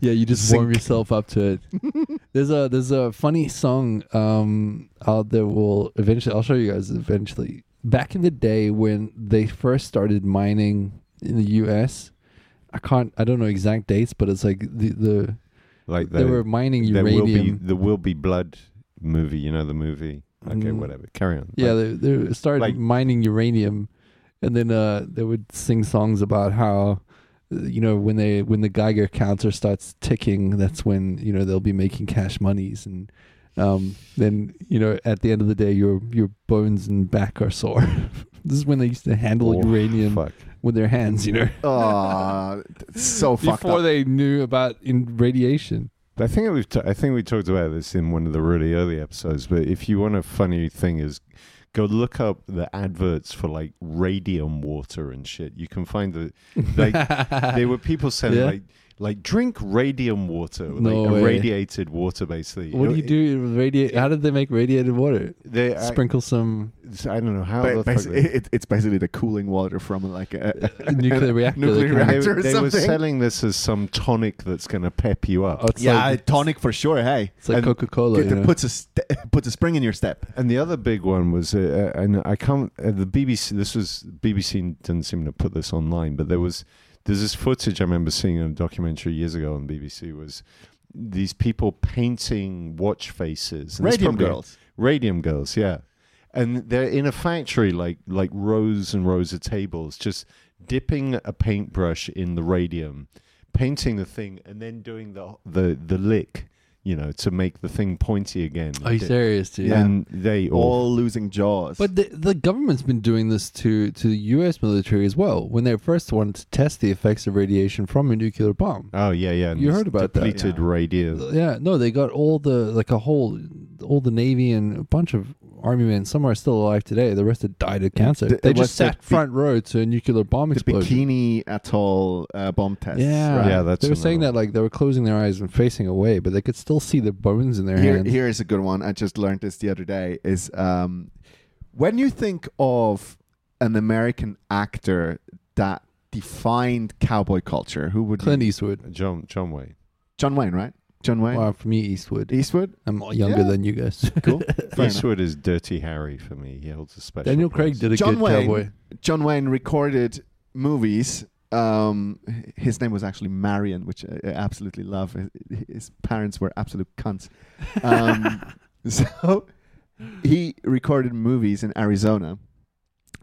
S2: Yeah, you just warm yourself up to it. there's a there's a funny song um out there will eventually I'll show you guys eventually. Back in the day when they first started mining in the US, I can't I don't know exact dates, but it's like the, the
S3: Like
S2: they
S3: the-
S2: were mining
S3: there will be
S2: uranium.
S3: there will be blood movie. You know the movie. Okay,
S2: Mm.
S3: whatever. Carry on.
S2: yeah,
S3: Like,
S2: they, they started
S3: like-
S2: mining uranium and then uh they would sing songs about how uh, you know when they when the Geiger counter starts ticking, that's when you know they'll be making cash monies, and um, then you know at the end of the day, your your bones and back are sore. this is when they used to handle
S3: oh,
S2: uranium
S3: Fuck.
S2: with their hands, you know,
S1: Oh, so fucked
S2: before
S1: up.
S2: they knew about in radiation.
S3: I think we've t- I think we talked about this in one of the really early episodes. But if you want a funny thing, is go look up the adverts for like radium water and shit. You can find the like there were people saying
S2: Yeah.
S3: like like drink radium water, like
S2: No way.
S3: irradiated water, basically.
S2: What do you do with radiate? How did they make radiated water?
S3: They, I,
S2: Sprinkle some
S3: I don't know how.
S1: Ba-
S3: the fuck
S1: basi-
S3: they-
S1: it, it's basically the cooling water from like a,
S2: nuclear reactor. that
S1: nuclear
S2: can-
S1: reactor.
S3: they,
S1: or
S3: they were
S1: something.
S3: selling this as some tonic that's going to pep you up.
S2: Oh, it's
S1: yeah
S2: like,
S1: tonic for sure. Hey,
S2: It's like
S1: And
S2: Coca Cola.
S1: get-
S2: You know?
S1: puts a st- puts a spring in your step.
S3: And the other big one was, uh, uh, and I can't. Uh, the BBC. This was BBC didn't seem to put this online, but there was there's this footage I remember seeing in a documentary years ago on BBC was these people painting watch faces. And this
S1: Radium
S3: probably-
S1: girls.
S3: Radium girls. Yeah, and they're in a factory, like like rows and rows of tables, just dipping a paintbrush in the radium, painting the thing, and then doing the the the lick. You know, to make the thing pointy again.
S1: Oh,
S2: Are you serious, dude?
S1: Yeah.
S3: And they all
S1: All losing jaws.
S2: But the, the government's been doing this to, to the U.S. military as well. When they first wanted to test the effects of radiation from a nuclear bomb,
S3: Oh yeah, yeah. and
S2: You heard about that.
S3: depleted
S1: Yeah.
S3: radio.
S2: yeah, no, they got all the like a whole all the navy and a bunch of army men. Some are still alive today. The rest had died of cancer.
S1: The-
S2: they
S1: what's
S2: just sat
S1: that bi-
S2: front row to a nuclear bomb
S1: the
S2: explosion.
S1: bikini atoll uh, bomb test.
S2: Yeah,
S1: right?
S3: Yeah, that's
S2: they were saying
S3: another
S2: that like they were closing their eyes and facing away, but they could still see the bones in their
S1: Here,
S2: hands.
S1: here is a good one. I just learned this the other day. Is um, when you think of an American actor that defined cowboy culture, who would you-
S2: Clint Eastwood.
S3: John John Wayne.
S1: John Wayne, right? John Wayne,
S2: Wow, for me, Eastwood.
S1: Eastwood.
S2: I'm younger
S1: Yeah.
S2: than you guys.
S1: Cool. Fair enough.
S3: Eastwood is Dirty Harry for me. He holds a special.
S2: Daniel
S3: place.
S2: Craig did a
S1: John
S2: good
S1: Wayne.
S2: cowboy.
S1: John Wayne recorded movies. Um, his name was actually Marion, which I I absolutely love. His- His parents were absolute cunts. Um, so he recorded movies in Arizona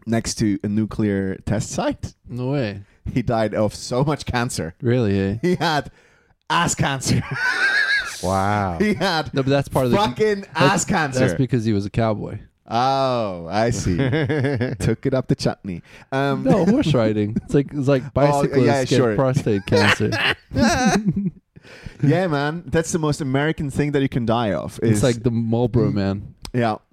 S1: next to a nuclear test site.
S2: No way.
S1: He died of so much cancer.
S2: Really? Eh?
S1: He had ass cancer.
S3: Wow.
S1: he had
S2: No, but that's part of the.
S1: fucking ass cancer.
S2: That's because he was a cowboy.
S1: oh, I see. Took it up the chutney. Um,
S2: No, horse riding. It's like it's like bicyclists
S1: Oh, yeah,
S2: get
S1: sure.
S2: prostate cancer.
S1: yeah, man, that's the most American thing that you can die of. Is
S2: it's like the Marlboro man.
S1: yeah,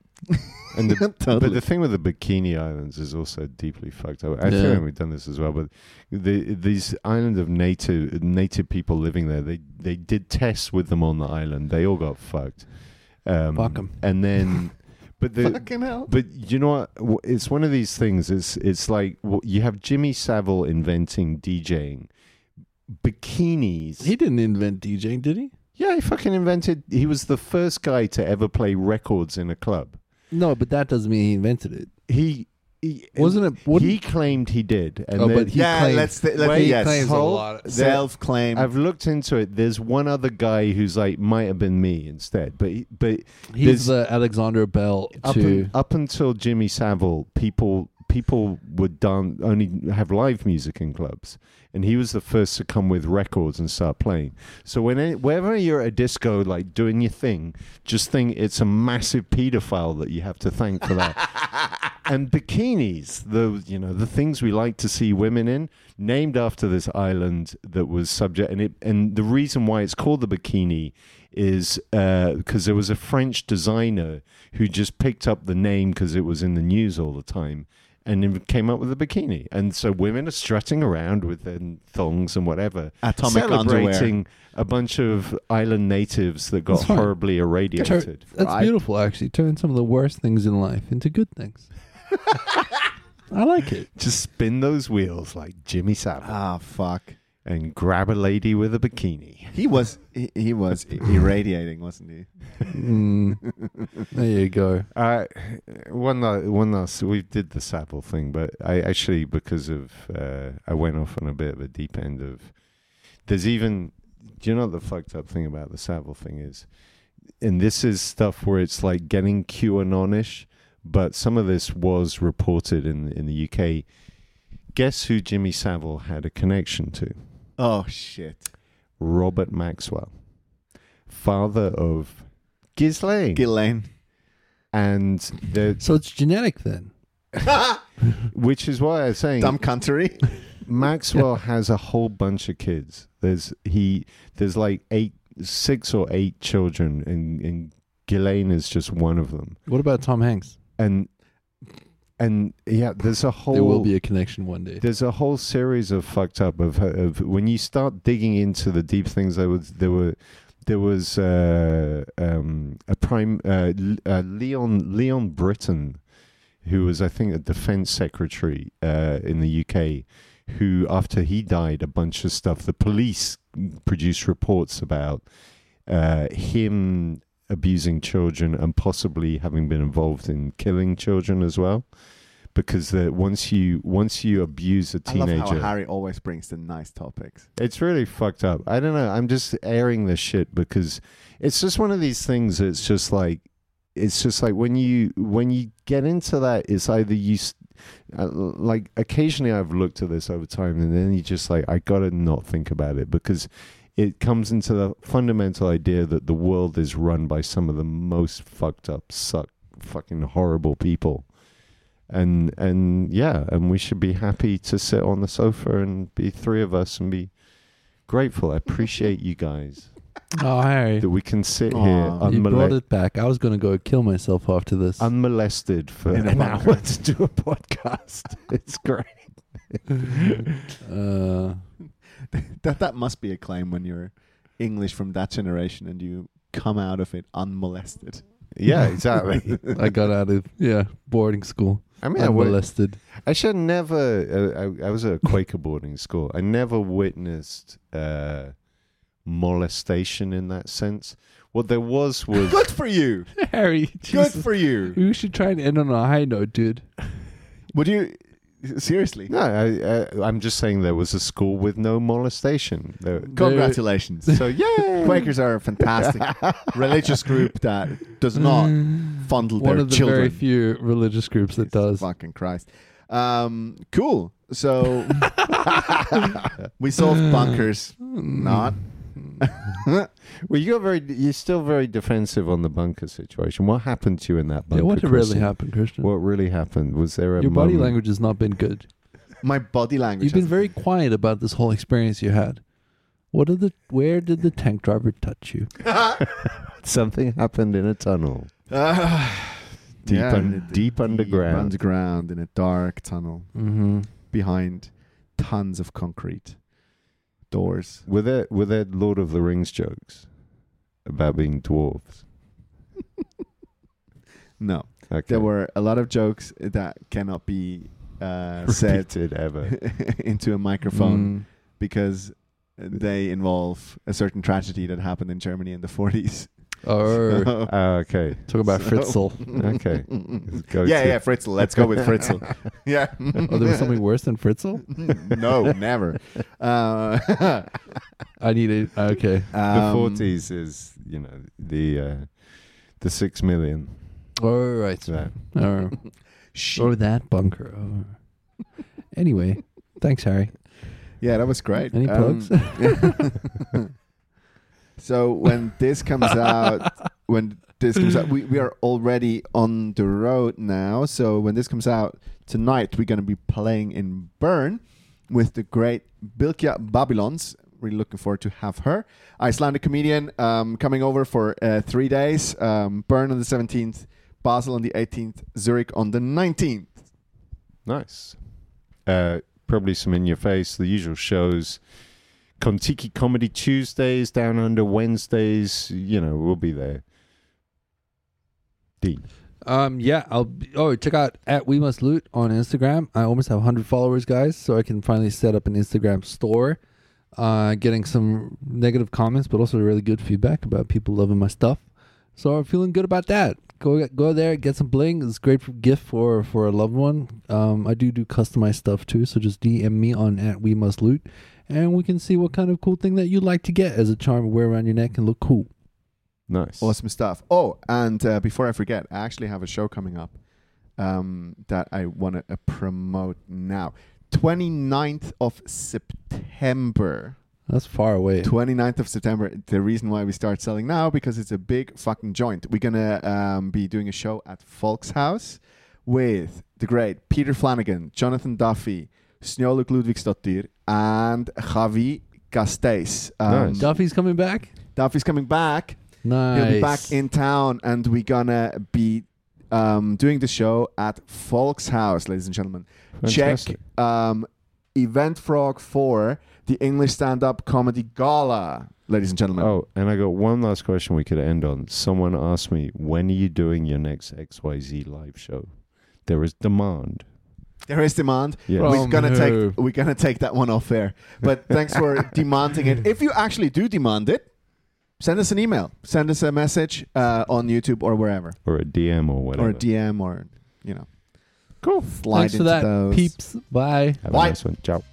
S3: And the,
S1: Totally.
S3: But the thing with the bikini islands is also deeply fucked up. I
S2: Yeah.
S3: think we've done this as well. But the, these island of native native people living there, they they did tests with them on the island. They all got fucked. Um,
S2: Fuck 'em.
S3: And then, but the
S1: Fucking hell.
S3: but you know what? W- It's one of these things. It's it's like w- you have Jimmy Savile inventing DJing, bikinis.
S2: He didn't invent DJing, did he?
S3: yeah, he fucking invented. He was the first guy to ever play records in a club.
S2: No, but that doesn't mean he invented it.
S3: He, he
S2: Wasn't it? wouldn't-
S3: he claimed he did, and
S2: Oh,
S3: then-
S2: but he
S1: yeah,
S2: claims-
S1: let's, th-
S3: Well,
S1: let's
S3: he
S1: yes.
S2: claims a
S1: Whole
S2: lot.
S1: Self-claim.
S3: I've looked into it. There's one other guy who's like might have been me instead, but he- but
S2: he's
S3: there's-
S2: the uh, Alexander Bell
S3: up,
S2: to.
S3: un- up until Jimmy Savile, people people would dance only have live music in clubs, and he was the first to come with records and start playing. So when it, whenever you're at a disco, like doing your thing, just think it's a massive pedophile that you have to thank for that. and bikinis, the you know the things we like to see women in, named after this island that was subject, and it and the reason why it's called the bikini is because there was a French designer who just picked up the name because it was in the news all the time. And then came up with a bikini, and so women are strutting around with their thongs and whatever,
S1: Atomic underwear.
S3: celebrating a bunch of island natives that got
S2: That's right.
S3: horribly
S2: Tur-
S3: irradiated.
S2: that's
S1: Right.
S2: beautiful, actually. Turn some of the worst things in life into good things. I like it.
S3: Just spin those wheels like Jimmy Savile
S1: Ah, fuck.
S3: and grab a lady with a bikini.
S1: He was he, he was irradiating, wasn't he?
S2: Mm. there you go.
S3: Uh, one last, one last. We did the Savile thing, but I actually because of uh, I went off on a bit of a deep end of. There's even, do you know what the fucked up thing about the Savile thing is, and this is stuff where it's like getting QAnon-ish, but some of this was reported in in the UK. Guess who Jimmy Savile had a connection to?
S1: Oh shit.
S3: Robert Maxwell, father of Ghislaine,
S1: Gillane.
S3: and the
S2: So it's genetic then.
S3: Which is why I'm saying
S1: Dumb country.
S3: Maxwell has a whole bunch of kids. There's he there's like eight six or eight children and, and Ghislaine is just one of them.
S2: What about Tom Hanks?
S3: And and yeah, there's a whole
S2: There will be a connection one day.
S3: there's a whole series of fucked up of, of when you start digging into the deep things. There was there were there was uh, um, a prime uh, L- uh, Leon Leon Britton, who was I think a defense secretary uh, in the UK, who after he died, a bunch of stuff. The police produced reports about uh, him abusing children and possibly having been involved in killing children as well. Because the, once you once you abuse a
S1: I love
S3: teenager,
S1: how Harry always brings the nice topics.
S3: it's really fucked up. I don't know. I'm just airing this shit because it's just one of these things that's just like it's just like when you when you get into that it's either you s- uh, like occasionally I've looked at this over time and then you just like I got to not think about it because it comes into the fundamental idea that the world is run by some of the most fucked up suck fucking horrible people. And and yeah, and we should be happy to sit on the sofa and be three of us and be grateful. I appreciate you guys
S2: oh, Harry.
S3: that we can sit here
S1: Aw.
S2: You brought
S3: unmolested,
S2: it back. I was going to go kill myself after this.
S1: Um,
S3: unmolested for
S1: In a
S3: an
S1: bunker.
S3: hour to do a podcast. It's great.
S2: uh,
S1: That that must be a claim when you're English from that generation and you come out of it unmolested.
S3: Yeah, exactly.
S2: I got out of yeah boarding school.
S3: I mean, I,
S2: I'm
S3: wa-
S2: molested.
S3: I should never. Uh, I, I was at a Quaker boarding school. I never witnessed uh, molestation in that sense. What there was was
S1: Good for you.
S2: Harry,
S1: Good
S2: Jesus.
S1: for you.
S2: we should try and end on a high note, dude.
S1: Would you seriously?
S3: no. I, I, I'm just saying there was a school with no molestation. There,
S1: Congratulations.
S3: so yeah,
S1: Quakers are a fantastic religious group that does not fondle
S2: Mm, One
S1: their
S2: of the
S1: children.
S2: very few religious groups that does.
S1: Fucking Christ. Um, cool. So we solved bunkers.
S2: Mm.
S1: Not.
S3: Well, you got very. You're still very defensive on the bunker situation. What happened to you in that bunker?
S2: Yeah, what
S3: Christian?
S2: really happened, Christian?
S3: What really happened? Was there a
S2: Your body
S3: moment-
S2: language has not been good.
S1: My body language.
S2: You've been
S1: has-
S2: very quiet about this whole experience you had. What are the? Where did the tank driver touch you?
S3: Something happened in a tunnel.
S1: Uh,
S3: Deep,
S1: Yeah,
S3: un-
S1: the- the-
S3: deep
S1: the
S3: underground.
S1: underground in a dark tunnel
S2: Mm-hmm.
S1: behind tons of concrete doors.
S3: Were there were there Lord of the Rings jokes about being dwarves?
S1: No,
S3: Okay.
S1: there were a lot of jokes that cannot be uh, said
S3: repeated ever.
S1: into a
S2: Mm.
S1: microphone because they involve a certain tragedy that happened in Germany in the 40s.
S2: Mm. Or
S1: So-
S3: Ah, okay.
S2: Oh. talk about
S1: So-
S2: Fritzl.
S3: Okay. Go
S1: yeah,
S3: to-
S1: yeah, Fritzl. Let's go with Fritzl. yeah.
S2: Oh, there was something worse than Fritzl.
S1: no, never. Uh,
S2: I need a okay.
S3: The
S1: um,
S3: forties is you know the uh, the six million.
S2: All right.
S3: So
S2: Or,
S1: sh-
S2: or that bunker. Oh. Anyway, thanks, Harry.
S1: Yeah, that was great.
S2: Any
S1: Um,
S2: plugs?
S1: so when this comes out, when this comes out, we, we are already on the road now. So when this comes out tonight, we're going to be playing in Bern with the great Bilkia Babylons. Really looking forward to have her. Icelandic comedian um, coming over for uh, three days. Um, Bern on the 17th, Basel on the 18th, Zurich on the 19th.
S3: nice. Uh, probably some in your face. The usual shows. Kontiki Comedy Tuesdays, Down Under Wednesdays. You know we'll be there. Dean.
S2: Um, yeah, I'll. Be, oh, check out at We Must Loot on Instagram. I almost have 100 followers, guys, so I can finally set up an Instagram store. Uh, getting some negative comments, but also really good feedback about people loving my stuff. So I'm feeling good about that. Go go there, get some bling. It's a great for, gift for for a loved one. Um, I do do customized stuff too, so just DM me on at We Must Loot, and we can see what kind of cool thing that you'd like to get as a charm to wear around your neck and look cool.
S3: Nice.
S1: Awesome stuff. Oh, and uh, before I forget, I actually have a show coming up um, that I want to uh, promote now. 29th of September.
S2: That's far away.
S1: 29th of September. The reason why we start selling now because it's a big fucking joint. We're going to um, be doing a show at Folks House with the great Peter Flanagan, Jonathan Duffy, Snjoluk Ludwigsdottir, and Javi Castells. Um,
S3: Nice.
S2: Duffy's coming back.
S1: Duffy's coming back.
S2: Nice.
S1: He'll be back in town, and we're gonna be um, doing the show at Folks House, ladies and gentlemen.
S3: Fantastic.
S1: Check um, Event Frog for the English Stand Up Comedy Gala, ladies and gentlemen.
S3: Oh, and I got one last question we could end on. Someone asked me, when are you doing your next XYZ live show? There is demand.
S1: There is demand.
S3: Yeah.
S1: We're
S2: From
S1: gonna
S2: who?
S1: take we're gonna take that one off air. But thanks for demanding it. If you actually do demand it, send us an email, send us a message uh, on YouTube or wherever,
S3: or a DM or whatever.
S1: or a DM, or you know,
S2: Cool.
S1: slide
S2: Thanks for
S1: into
S2: that,
S1: those.
S2: peeps. Bye.
S3: Have
S1: Why-
S3: a nice one. Ciao.